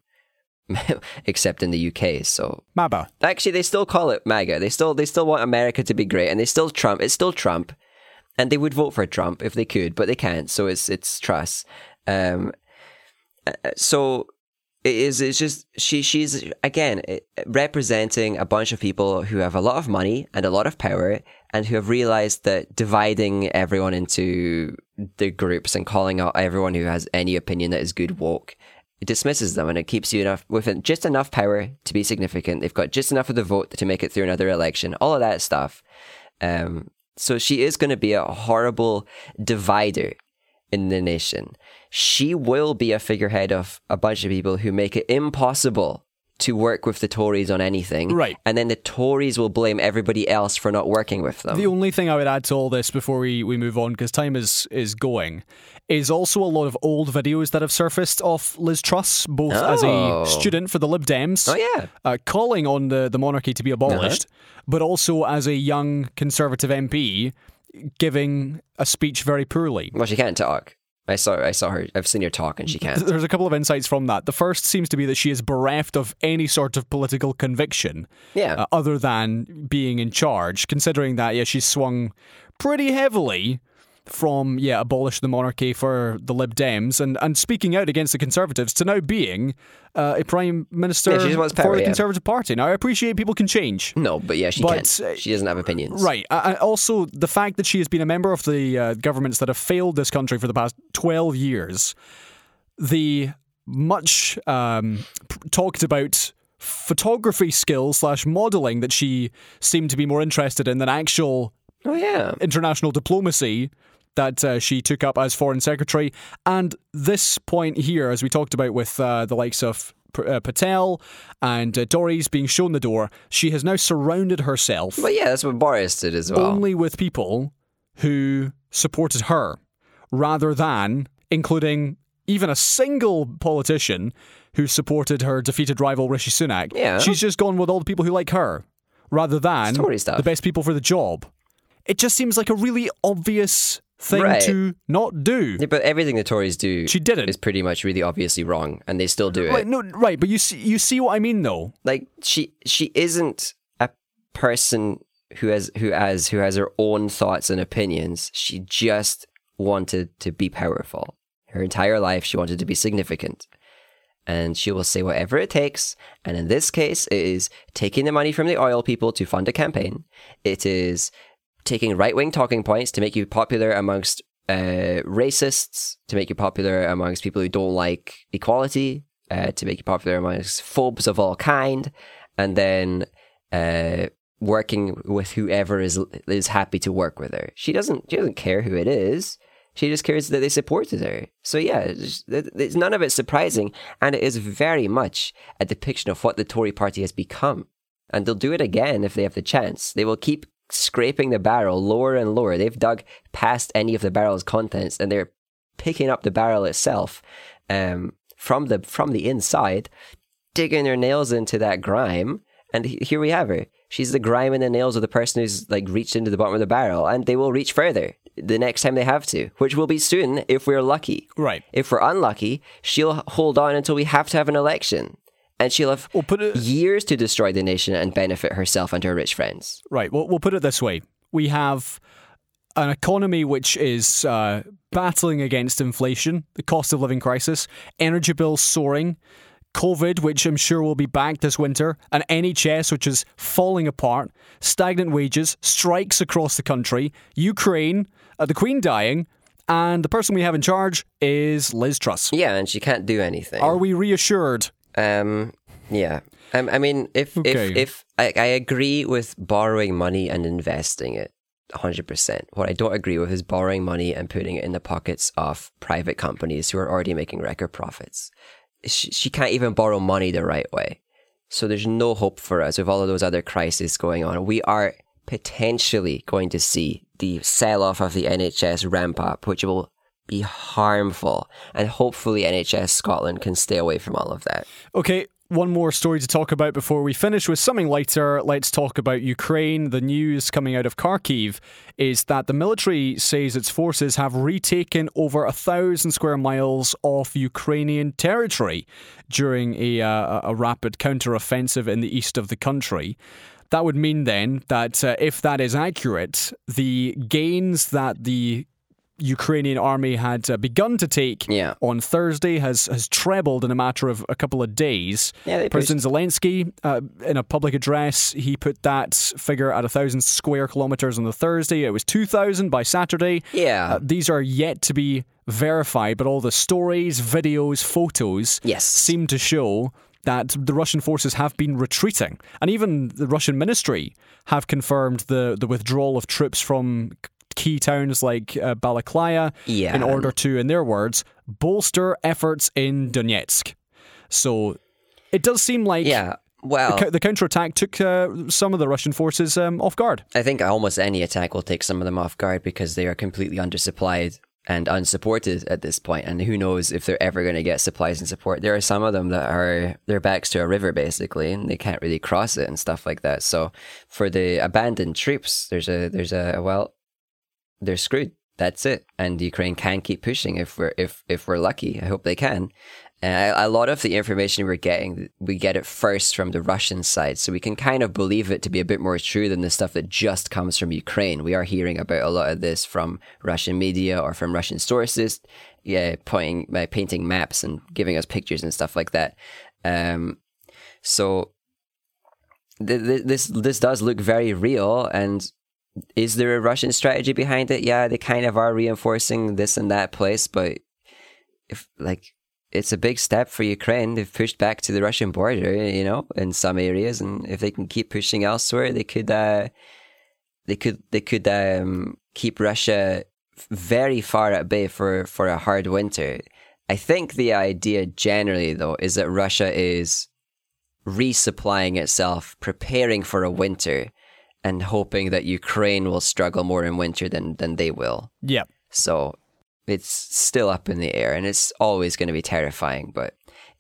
except in the UK. So
Maba.
actually, they still call it MAGA. They still they still want America to be great, and they still Trump. It's still Trump, and they would vote for Trump if they could, but they can't. So it's it's trust. Um, uh, so it is it's just she she's again eh, representing a bunch of people who have a lot of money and a lot of power and who have realized that dividing everyone into the groups and calling out everyone who has any opinion that is good woke it dismisses them and it keeps you enough within just enough power to be significant they've got just enough of the vote to make it through another election all of that stuff um, so she is going to be a horrible divider in the nation. She will be a figurehead of a bunch of people who make it impossible to work with the Tories on anything.
Right.
And then the Tories will blame everybody else for not working with them.
The only thing I would add to all this before we, we move on, because time is is going, is also a lot of old videos that have surfaced of Liz Truss, both as
Oh.
a student for the Lib Dems.
oh, yeah. Uh-huh.
uh, calling on the, the monarchy to be abolished, but also as a young Conservative MP giving a speech very poorly.
Well, she can't talk. I saw, I saw her. I've seen her talk and she can't.
There's a couple of insights from that. The first seems to be that she is bereft of any sort of political conviction
Yeah.
uh, other than being in charge, considering that, yeah, she's swung pretty heavily from, yeah, abolish the monarchy for the Lib Dems and, and speaking out against the Conservatives to now being uh, a Prime Minister
Yeah, she just wants power,
for the
yeah.
Conservative Party. Now, I appreciate people can change.
no, but yeah, she
But, uh,
can't. She doesn't have opinions.
Right. Uh, also, the fact that she has been a member of the uh, governments that have failed this country for the past 12 years, the much um, p- talked about photography skills slash modeling that she seemed to be more interested in than actual
Oh, yeah.
international diplomacy that uh, she took up as foreign secretary. And this point here, as we talked about with uh, the likes of P- uh, Patel and uh, Doris being shown the door, she has now surrounded herself
But yeah, that's what Boris did as well.
only with people who supported her rather than including even a single politician who supported her defeated rival Rishi Sunak.
Yeah.
She's just gone with all the people who like her rather than
Tory stuff.
the best people for the job. It just seems like a really obvious thing
Right.
to not do.
Yeah, but everything the Tories do
She didn't.
is pretty much really obviously wrong, and they still do it.
Right, no, right, but you see, you see what I mean, though.
like she she isn't a person who has who has who has her own thoughts and opinions she just wanted to be powerful her entire life she wanted to be significant and she will say whatever it takes and in this case it is taking the money from the oil people to fund a campaign it is taking right-wing talking points to make you popular amongst uh, racists to make you popular amongst people who don't like equality uh, to make you popular amongst phobes of all kind, and then uh, working with whoever is is happy to work with her. She doesn't she doesn't care who it is. She just cares that they supported her. So yeah, it's, it's none of it surprising, and it is very much a depiction of what the Tory Party has become. And they'll do it again if they have the chance. They will keep scraping the barrel lower and lower. They've dug past any of the barrel's contents, and they're picking up the barrel itself um, from the from the inside, digging their nails into that grime, and he- here we have her. She's the grime in the nails of the person who's like reached into the bottom of the barrel, and they will reach further the next time they have to, which will be soon if we're lucky.
Right.
If we're unlucky, she'll hold on until we have to have an election, and she'll have
We'll uh, put it
years to destroy the nation and benefit herself and her rich friends.
right. We'll, we'll put it this way: we have an economy which is uh, battling against inflation, the cost of living crisis, energy bills soaring, COVID, which I'm sure will be back this winter, an NHS which is falling apart, stagnant wages, strikes across the country, Ukraine, uh, the Queen dying, and the person we have in charge is Liz Truss.
Yeah, and she can't do anything.
Are we reassured?
Um, yeah. Um, I mean, if
Okay.
if if I, I agree with borrowing money and investing it, hundred percent. What I don't agree with is borrowing money and putting it in the pockets of private companies who are already making record profits. She, she can't even borrow money the right way. So there's no hope for us with all of those other crises going on. We are potentially going to see the sell off of the NHS ramp up, which will be harmful. And hopefully, NHS Scotland can stay away from all of that.
Okay, one more story to talk about before we finish with something lighter. Let's talk about Ukraine. The news coming out of Kharkiv is that the military says its forces have retaken over a thousand square miles of Ukrainian territory during a, uh, a rapid counteroffensive in the east of the country. That would mean then that uh, if that is accurate, the gains that the Ukrainian army had uh, begun to take
Yeah.
on Thursday has has trebled in a matter of a couple of days.
Yeah, they
President Zelensky, uh, in a public address, he put that figure at thousand square kilometers on the Thursday. It was two thousand by Saturday.
Yeah.
Uh, these are yet to be verified, but all the stories, videos, photos
Yes.
seem to show that the Russian forces have been retreating, and even the Russian ministry have confirmed the the withdrawal of troops from k- key towns like uh, Balaklia
Yeah.
in order to, in their words, bolster efforts in Donetsk. So it does seem like
Yeah. Well,
co- the counterattack took uh, some of the Russian forces um, off guard.
I think almost any attack will take some of them off guard because they are completely undersupplied and unsupported at this point, And who knows if they're ever going to get supplies and support. There are some of them that are their backs to a river basically, and they can't really cross it and stuff like that. So for the abandoned troops, there's a there's a well, they're screwed. That's it. And Ukraine can keep pushing if we're if if we're lucky. I hope they can. And a a lot of the information we're getting, we get it first from the Russian side, so we can kind of believe it to be a bit more true than the stuff that just comes from Ukraine. We are hearing about a lot of this from Russian media or from Russian sources, yeah, pointing, uh, painting maps and giving us pictures and stuff like that. Um, so th- th- this this does look very real and is there a Russian strategy behind it? Yeah, they kind of are reinforcing this and that place, but if like it's a big step for Ukraine. They've pushed back to the Russian border, you know, in some areas, and if they can keep pushing elsewhere, they could uh, they could they could um, keep Russia f- very far at bay for for a hard winter. I think the idea generally, though, is that Russia is resupplying itself, preparing for a winter, and hoping that Ukraine will struggle more in winter than than they will.
Yeah.
So it's still up in the air, and it's always going to be terrifying. But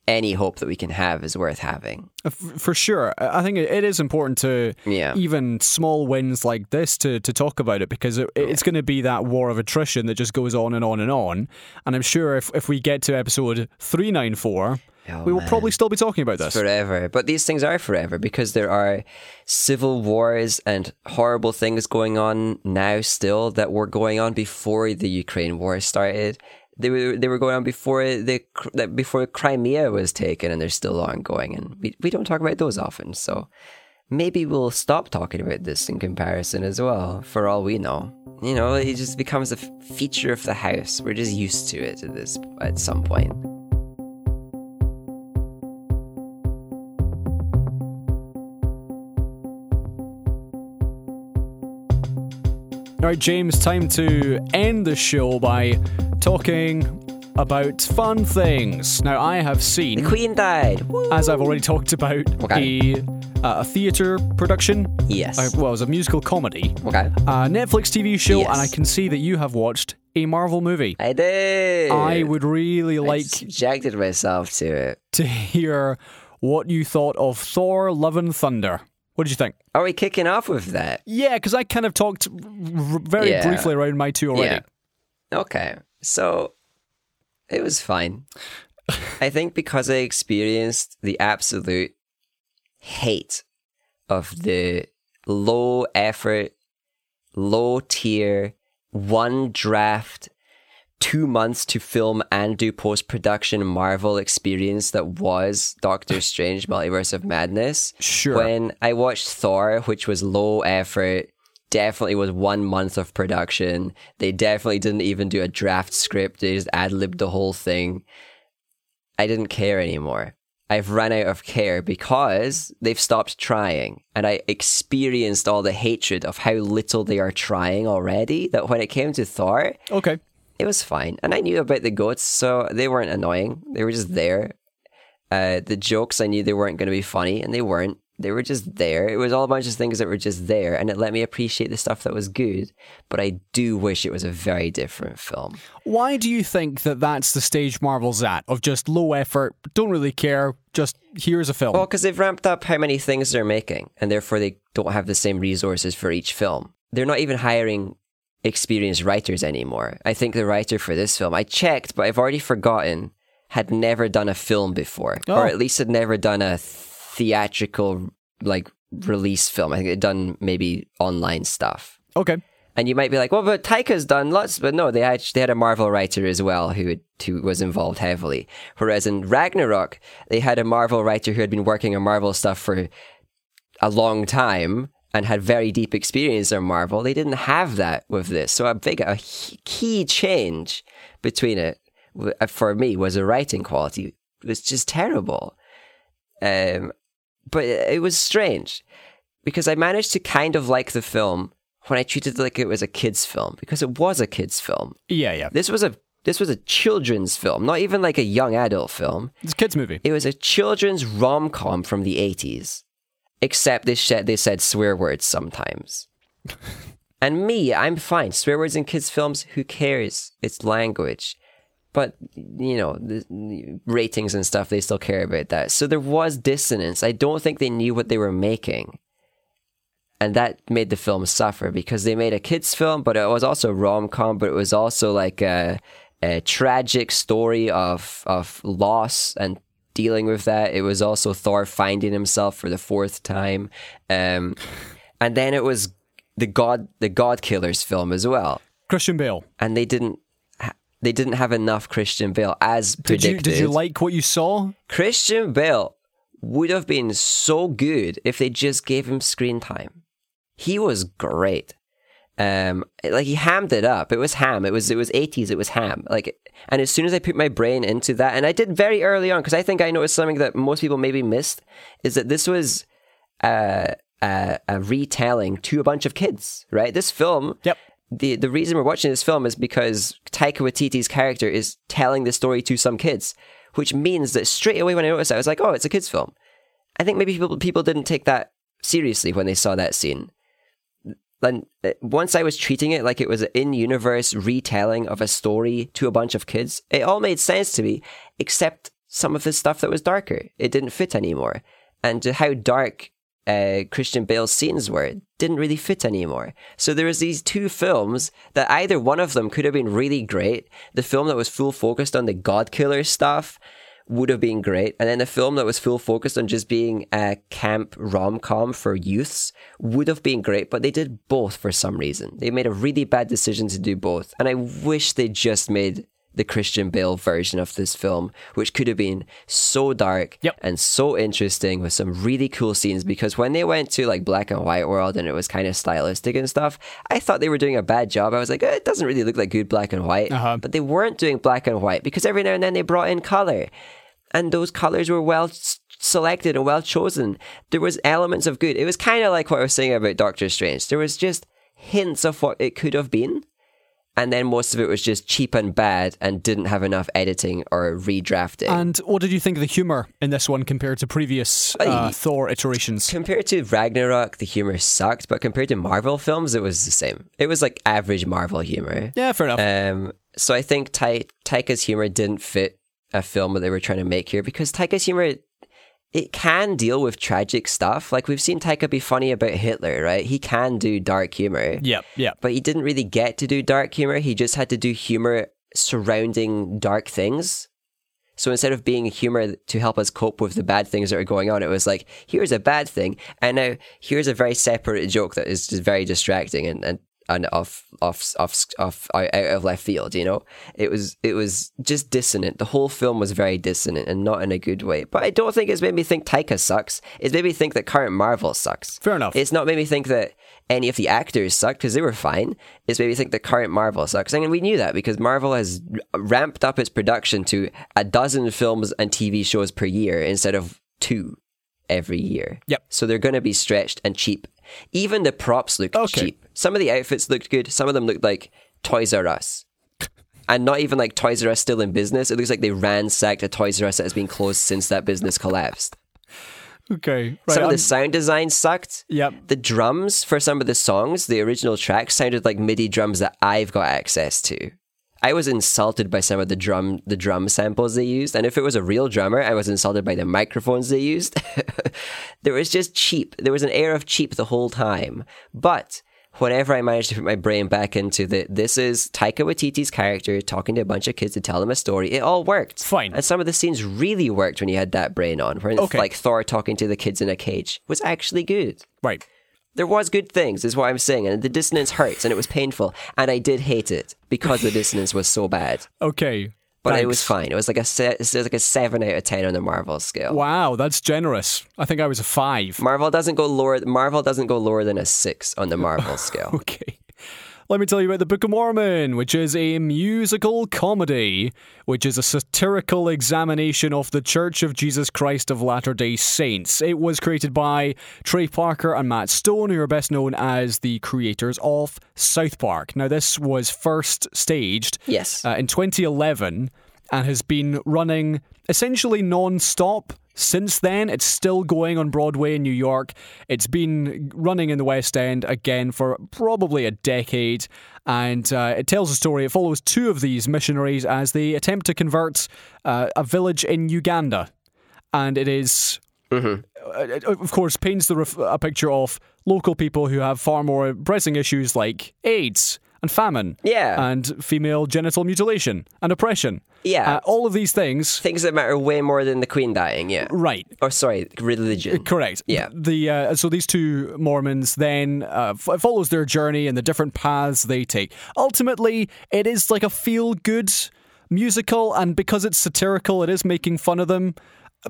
any hope that we can have is worth having.
F- For sure. I I think it it is important to
Yeah.
even small wins like this to, to talk about it because it, it's going to be that war of attrition that just goes on and on and on. And I'm sure if, if we get to episode 394,
Oh,
we will
man.
probably still be talking about this.
forever. But these things are forever because there are civil wars and horrible things going on now still that were going on before the Ukraine war started. They were they were going on before the that before Crimea was taken, and they're still ongoing. And we we don't talk about those often, so maybe we'll stop talking about this in comparison as well. For all we know, you know, it just becomes a f- feature of the house. We're just used to it at this at some point.
All right, James, time to end the show by talking about fun things. Now, I have
The
seen,
Queen died. Woo!
as I've already talked about,
Okay.
a, uh, a theatre production.
Yes.
Uh, well, it was a musical comedy.
okay.
a Netflix TV show,
Yes.
and I can see that you have watched a Marvel movie.
I did.
I would really
I
like
subjected myself to it.
to hear what you thought of Thor: Love and Thunder. What did you think?
Are we kicking off with that?
Yeah, because I kind of talked r- very
Yeah.
briefly around my two already.
Okay. So it was fine. I think because I experienced the absolute hate of the low effort, low tier, one draft, two months to film and do post production Marvel experience that was Doctor Strange Multiverse of Madness.
Sure.
When I watched Thor, which was low effort, definitely was one month of production. They definitely didn't even do a draft script, they just ad libbed the whole thing. I didn't care anymore. I've run out of care because they've stopped trying. And I experienced all the hatred of how little they are trying already. That when it came to Thor,
Okay.
it was fine. And I knew about the goats, so they weren't annoying. They were just there. Uh, the jokes, I knew they weren't going to be funny, and they weren't. They were just there. It was all a bunch of things that were just there, and it let me appreciate the stuff that was good. But I do wish it was a very different film.
Why do you think that that's the stage Marvel's at of just low effort, don't really care, just here's a film?
Well, because they've ramped up how many things they're making, and therefore they don't have the same resources for each film. They're not even hiring experienced writers anymore. I think the writer for this film, I checked, but I've already forgotten, had never done a film before,
Oh.
or at least had never done a theatrical like release film. I think they'd done maybe online stuff.
okay.
And you might be like, well, but Taika's done lots, but no, they had, they had a Marvel writer as well who, had, who was involved heavily. Whereas in Ragnarok, they had a Marvel writer who had been working on Marvel stuff for a long time and had very deep experience on Marvel. They didn't have that with this. So a big, a h- key change between it w- uh, for me was the writing quality. It was just terrible. Um, but it was strange because I managed to kind of like the film when I treated it like it was a kids film because it was a kids film.
Yeah, yeah.
This was a this was a children's film, not even like a young adult film.
It's a kids' movie.
It was a children's rom com from the eighties, except they said they said swear words sometimes. and me, I'm fine. Swear words in kids' films, who cares? It's language. But you know, the, the ratings and stuff, they still care about that. So there was dissonance. I don't think they knew what they were making. And that made the film suffer because they made a kids' film, but it was also rom com, but it was also like a, a tragic story of of loss and dealing with that. It was also Thor finding himself for the fourth time, um, and then it was the god the God Killers film as well,
Christian Bale.
and they didn't ha- they didn't have enough Christian Bale as
Did
predicted.
you did you like what you saw?
Christian Bale would have been so good if they just gave him screen time. He was great. Um, like he hammed it up. It was ham. It was it was eighties. It was ham. Like, and as soon as I put my brain into that, and I did very early on because I think I noticed something that most people maybe missed is that this was uh, uh, a retelling to a bunch of kids. Right, this film
Yep.
the the reason we're watching this film is because Taika Waititi's character is telling the story to some kids, which means that straight away when I noticed that, I was like, oh, it's a kids' film. I think maybe people people didn't take that seriously when they saw that scene. Then uh, once I was treating it like it was an in-universe retelling of a story to a bunch of kids, it all made sense to me, except some of the stuff that was darker. It didn't fit anymore. And how dark uh, Christian Bale's scenes were didn't really fit anymore. So there was these two films that either one of them could have been really great. The film that was full focused on the God Killer stuff would have been great, and then the film that was full focused on just being a camp rom com for youths would have been great. But they did both for some reason. They made a really bad decision to do both, and I wish they just made the Christian Bale version of this film, which could have been so dark
Yep.
and so interesting with some really cool scenes. Because when they went to like black and white world and it was kind of stylistic and stuff, I thought they were doing a bad job. I was like, eh, it doesn't really look like good black and white, but they weren't doing black and white because every now and then they brought in color, and those colors were well. s- Selected and well chosen. There was elements of good. It was kind of like what I was saying about Doctor Strange. There was just hints of what it could have been, and then most of it was just cheap and bad and didn't have enough editing or redrafting.
And what did you think of the humor in this one compared to previous uh, Thor iterations?
compared to Ragnarok, the humor sucked, but compared to Marvel films, it was the same. It was like average Marvel humor.
Yeah, fair enough.
Um, so I think Ta- Taika's humor didn't fit a film that they were trying to make here because Taika's humor it can deal with tragic stuff. Like we've seen Taika be funny about Hitler, right? He can do dark humor.
yeah, yeah.
but he didn't really get to do dark humor. He just had to do humor surrounding dark things. So instead of being humor to help us cope with the bad things that are going on, it was like, here's a bad thing, and now here's a very separate joke that is just very distracting and, and, and off off off off out of left field. You know, it was it was just dissonant. The whole film was very dissonant and not in a good way. But I don't think it's made me think Taika sucks. It's made me think that current Marvel sucks.
Fair enough.
It's not made me think that any of the actors sucked because they were fine. It's made me think that current Marvel sucks. And we knew that because Marvel has r- ramped up its production to a dozen films and TV shows per year instead of two every year.
Yep.
So they're going to be stretched and cheap. Even the props looked
Okay.
cheap. Some of the outfits looked good. Some of them looked like Toys R Us. And not even like Toys R Us still in business. It looks like they ransacked a Toys R Us that has been closed since that business collapsed.
okay,
Some of
right. um,
the sound design sucked.
Yep.
The drums for some of the songs, the original tracks, sounded like MIDI drums that I've got access to. I was insulted by some of the drum the drum samples they used, and if it was a real drummer, I was insulted by the microphones they used. there was just cheap. There was an air of cheap the whole time. But whenever I managed to put my brain back into the this is Taika Waititi's character talking to a bunch of kids to tell them a story, it all worked.
Fine.
And some of the scenes really worked when you had that brain on, where
Okay.
like Thor talking to the kids in a cage was actually good.
right.
There was good things, is what I'm saying, and the dissonance hurts, and it was painful, and I did hate it because the dissonance was so bad.
Okay.
But
Thanks.
it was fine. It was like a se- it was like a seven out of ten on the Marvel scale.
Wow, that's generous. I think I was a five.
Marvel doesn't go lower. Marvel doesn't go lower than a six on the Marvel scale.
Okay. Let me tell you about the Book of Mormon, which is a musical comedy, which is a satirical examination of the Church of Jesus Christ of Latter day Saints. It was created by Trey Parker and Matt Stone, who are best known as the creators of South Park. Now, this was first staged
Yes.
uh, in 2011 and has been running essentially non stop since then. It's still going on Broadway in New York. It's been running in the West End again for probably a decade. And uh, it tells a story. It follows two of these missionaries as they attempt to convert uh, a village in Uganda. And it is it, of course, paints the ref- a picture of local people who have far more pressing issues like AIDS and famine,
Yeah.
and female genital mutilation and oppression,
Yeah.
Uh, all of these things.
Things that matter way more than the Queen dying. Yeah.
Right,
Or sorry, religion.
correct.
Yeah.
The uh, so these two Mormons then uh, f- it follows their journey and the different paths they take. Ultimately, it is like a feel good musical, and because it's satirical, it is making fun of them.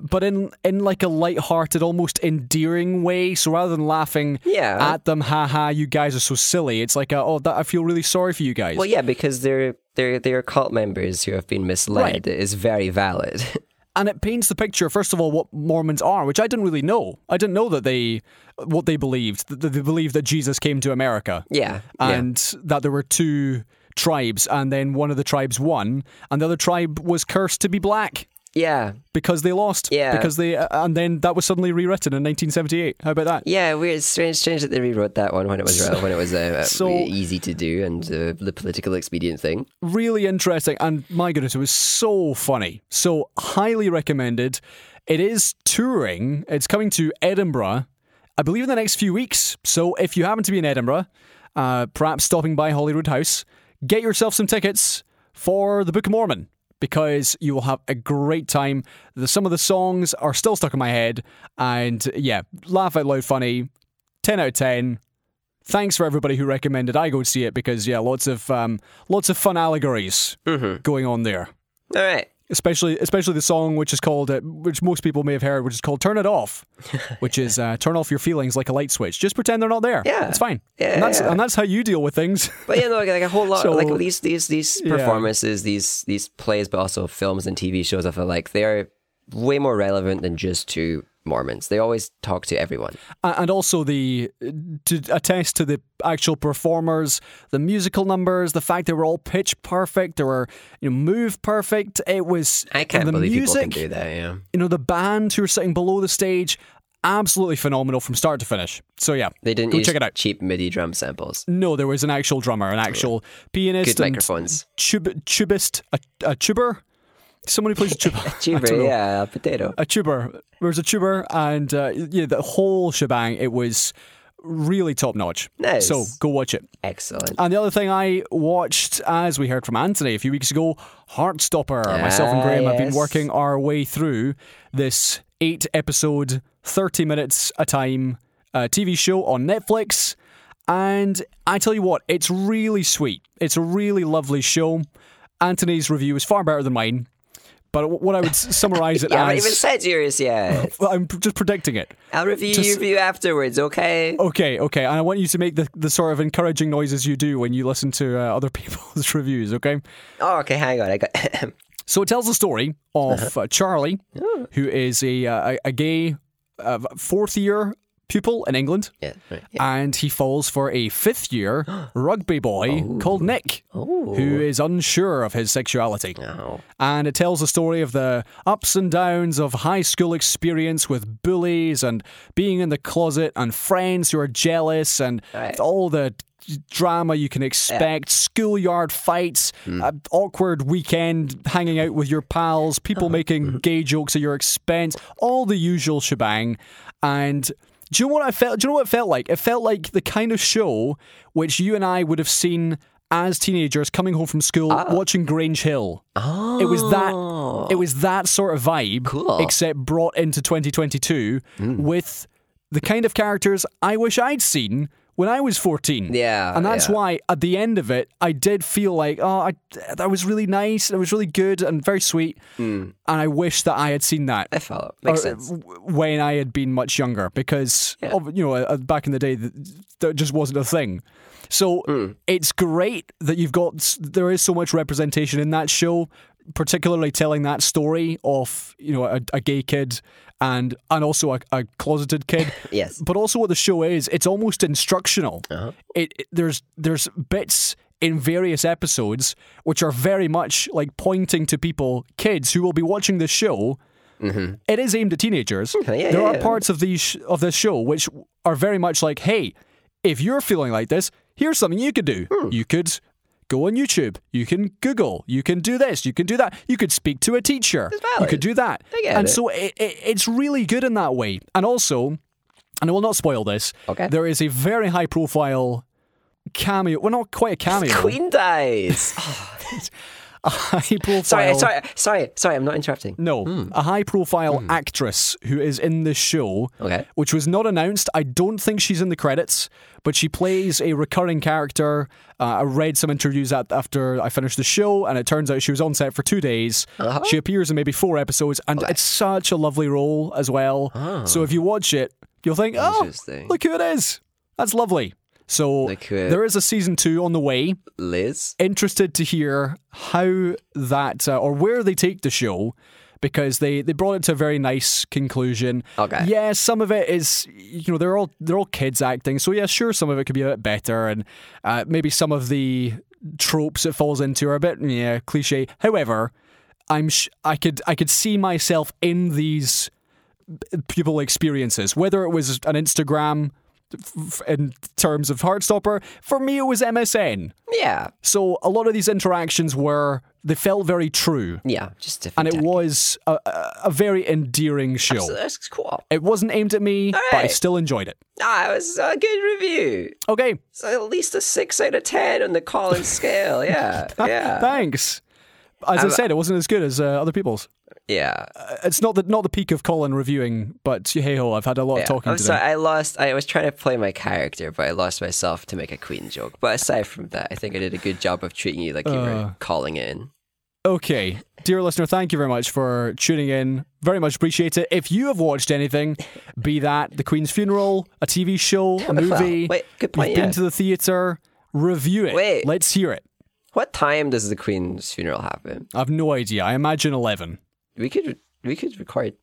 But in in like a light-hearted, almost endearing way. So rather than laughing
Yeah.
at them, ha ha, you guys are so silly. It's like, a, oh, that, I feel really sorry for you guys.
Well, yeah, because they're they're they're cult members who have been misled.
Right.
It is very valid.
and it paints the picture first of all what Mormons are, which I didn't really know. I didn't know that they what they believed that they believed that Jesus came to America,
yeah. yeah.
and that there were two tribes, and then one of the tribes won, and the other tribe was cursed to be black.
Yeah.
because they lost.
Yeah.
Because they, uh, and then that was suddenly rewritten in 1978. How about that?
Yeah, weird. Strange, strange that they rewrote that one when it was when it was uh,
So-
easy to do and uh, the political expedient thing.
really interesting and my goodness it was so funny so highly recommended it is touring it's coming to edinburgh i believe in the next few weeks so if you happen to be in edinburgh uh, perhaps stopping by holyrood house get yourself some tickets for the book of mormon because you will have a great time the, some of the songs are still stuck in my head and yeah laugh out loud funny 10 out of 10 thanks for everybody who recommended I go see it because yeah, lots of um, lots of fun allegories
Mm-hmm.
going on there.
All right.
Especially, especially the song which is called, uh, which most people may have heard, which is called "Turn It Off," which is uh, turn off your feelings like a light switch. Just pretend they're not there.
Yeah.
it's fine.
Yeah,
and that's
yeah.
and that's how you deal with things.
But yeah, no, like, like a whole lot,
So-
like these these these performances, these these plays, but also films and TV shows. I feel like they are way more relevant than just to Mormons. They always talk to everyone.
A- and also the to attest to the actual performers, the musical numbers, the fact they were all pitch perfect, they were you know, move perfect. It was
I can't
the
believe
music,
people can do that. Yeah,
you know the band who are sitting below the stage absolutely phenomenal from start to finish so yeah
they didn't
go
use
check it out
cheap MIDI drum samples.
no there was an actual drummer an actual pianist
Good
and
microphones.
tub- tubist a, a tuber someone who plays a tuba I
Tuber,
don't know.
yeah, potato.
a tuber there was a tuber and uh, yeah the whole shebang it was really top notch
Nice.
so go watch it
Excellent.
and the other thing I watched, as we heard from Anthony a few weeks ago, Heartstopper. Myself and
Ah,
Graham have been
yes.
working our way through this eight episode, 30 minutes a time uh, TV show on Netflix. And I tell you what, it's really sweet. It's a really lovely show. Anthony's review is far better than mine. But what I would summarize it
yeah, I haven't
as,
even said yours yet.
well, I'm just predicting it.
I'll review your review afterwards. Okay.
Okay, okay. And I want you to make the, the sort of encouraging noises you do when you listen to uh, other people's reviews, okay?
Oh, okay. Hang on. I got.
So it tells the story of uh, Charlie, who is a, uh, a, a gay uh, fourth year pupil in England,
yeah. Right. yeah.
and he falls for a fifth year rugby boy called Nick, who is unsure of his sexuality.
Oh.
And it tells the story of the ups and downs of high school experience with bullies and being in the closet and friends who are jealous and
Right.
all the drama you can expect, schoolyard fights, uh, awkward weekend hanging out with your pals, people making gay jokes at your expense, all the usual shebang. And do you know what I felt? Do you know what it felt like? It felt like the kind of show which you and I would have seen as teenagers coming home from school, watching Grange Hill.
Oh,
It was that it was that sort of vibe,
Cool. Mm.
except brought into 2022 with the kind of characters I wish I'd seen when I was 14.
Yeah,
and that's
yeah.
why at the end of it, I did feel like, oh, I, that was really nice. It was really good and very sweet.
Mm.
And I wish that I had seen that
I follow. Makes
or, uh,
sense.
w- When I had been much younger, because of- you know, uh, back in the day, th- that just wasn't a thing. So
Hmm.
it's great that you've got s- there is so much representation in that show, particularly telling that story of you know a, a gay kid and and also a, a closeted kid.
Yes. Uh-huh.
but also what the show is, it's almost instructional. It, it there's there's bits. In various episodes, which are very much like pointing to people, kids who will be watching this show, it is aimed at teenagers.
Mm-hmm. yeah,
there
yeah,
are
yeah.
parts of these sh- of this show which are very much like, hey, if you're feeling like this, here's something you could do.
Hmm.
You could go on YouTube. You can Google. You can do this. You can do that. You could speak to a teacher. You
valid.
could do that.
get
and
it.
so it, it, it's really good in that way. And also, and I will not spoil this.
Okay.
There is a very high profile cameo. Well, not quite a cameo.
Queen dies.
Oh, A high profile.
sorry, sorry, Hmm. sorry, sorry. I'm not interrupting.
No, a high profile actress who is in this show,
Okay.
which was not announced. I don't think she's in the credits, but she plays a recurring character. Uh, I read some interviews at, after I finished the show, and it turns out she was on set for two days.
Uh-huh.
She appears in maybe four episodes, and it's such a lovely role as well.
Ah.
So if you watch it, you'll think, oh,
Interesting.
look who it is. That's lovely. So
Look who it-
there is a season two on the way
Liz.
interested to hear how that uh, or where they take the show because they, they brought it to a very nice conclusion.
Okay.
Yeah, some of it is you know they're all they're all kids acting, so yeah, sure, some of it could be a bit better, and uh, maybe some of the tropes it falls into are a bit yeah cliche. However, I'm sh- I could I could see myself in these people experiences, whether it was an Instagram f- in terms of Heartstopper. For me, it was MSN.
Yeah.
So a lot of these interactions were they felt very true,
Yeah. Just
and
different.
it
tactic.
was a, a, a very endearing show.
So that's cool.
It wasn't aimed at me, but I
right.
still enjoyed it.
Ah, it was a good review.
Okay,
It's at least a six out of ten on the Collins scale. Yeah. Yeah.
thanks. As I said, it wasn't as good as uh, other people's.
yeah.
Uh, It's not the not the peak of Colin reviewing, but hey ho, I've had a lot of
Yeah.
talking
I'm
to
sorry,
them.
I lost. I was trying to play my character, but I lost myself to make a Queen joke. But aside from that, I think I did a good job of treating you like you
Uh.
were calling in.
Okay, dear listener, thank you very much for tuning in. Very much appreciate it. If you have watched anything, be that the Queen's funeral, a TV show, a movie,
wait, good
you've
point,
been
yeah.
to the theater, review it.
Wait.
Let's hear it.
What time does the Queen's funeral happen?
I've no idea. I imagine eleven.
We could we could record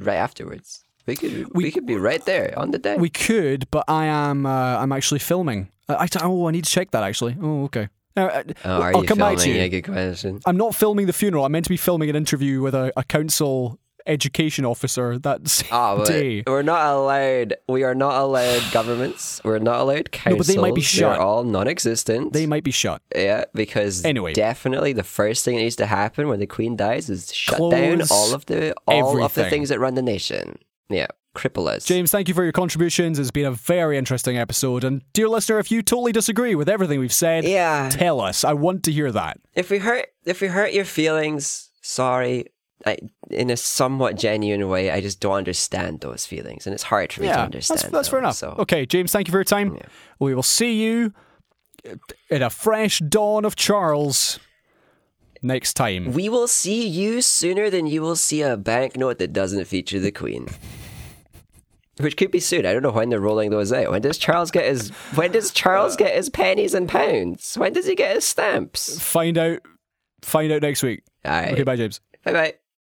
right afterwards. We could we, could be right there on the day.
We could, but I am. Uh, I'm actually filming. Uh, I, oh, I need to check that actually. Oh, okay. Uh, uh,
oh, are
I'll
you
come
filming?
back to you.
Yeah, good question.
I'm not filming the funeral. I'm meant to be filming an interview with a, a council education officer that same
Oh, but
day.
we're not allowed. We are not allowed governments. We're not allowed councils.
but they might be shut.
They're all non-existent.
They might be shut.
Yeah, because
Anyway.
definitely the first thing that needs to happen when the queen dies is shut down
Close
all of the all of the
everything.
things that run the nation. Yeah, cripple us.
James, thank you for your contributions. It's been a very interesting episode. And dear listener, if you totally disagree with everything we've said,
Yeah.
tell us. I want to hear that.
if we hurt if we hurt your feelings, sorry. I, in a somewhat genuine way, I just don't understand those feelings, and it's hard for me to
yeah, that's,
understand.
that's fair
them,
enough.
So
Okay, James, thank you for your time. We will see you in a fresh dawn of Charles next time.
we will see you sooner than you will see a banknote that doesn't feature the queen. Which could be soon. I don't know when they're rolling those out. When does Charles get his when does Charles get his pennies and pounds? When does he get his stamps?
Find out. Find out next week.
All right.
Okay, bye, James.
Bye bye.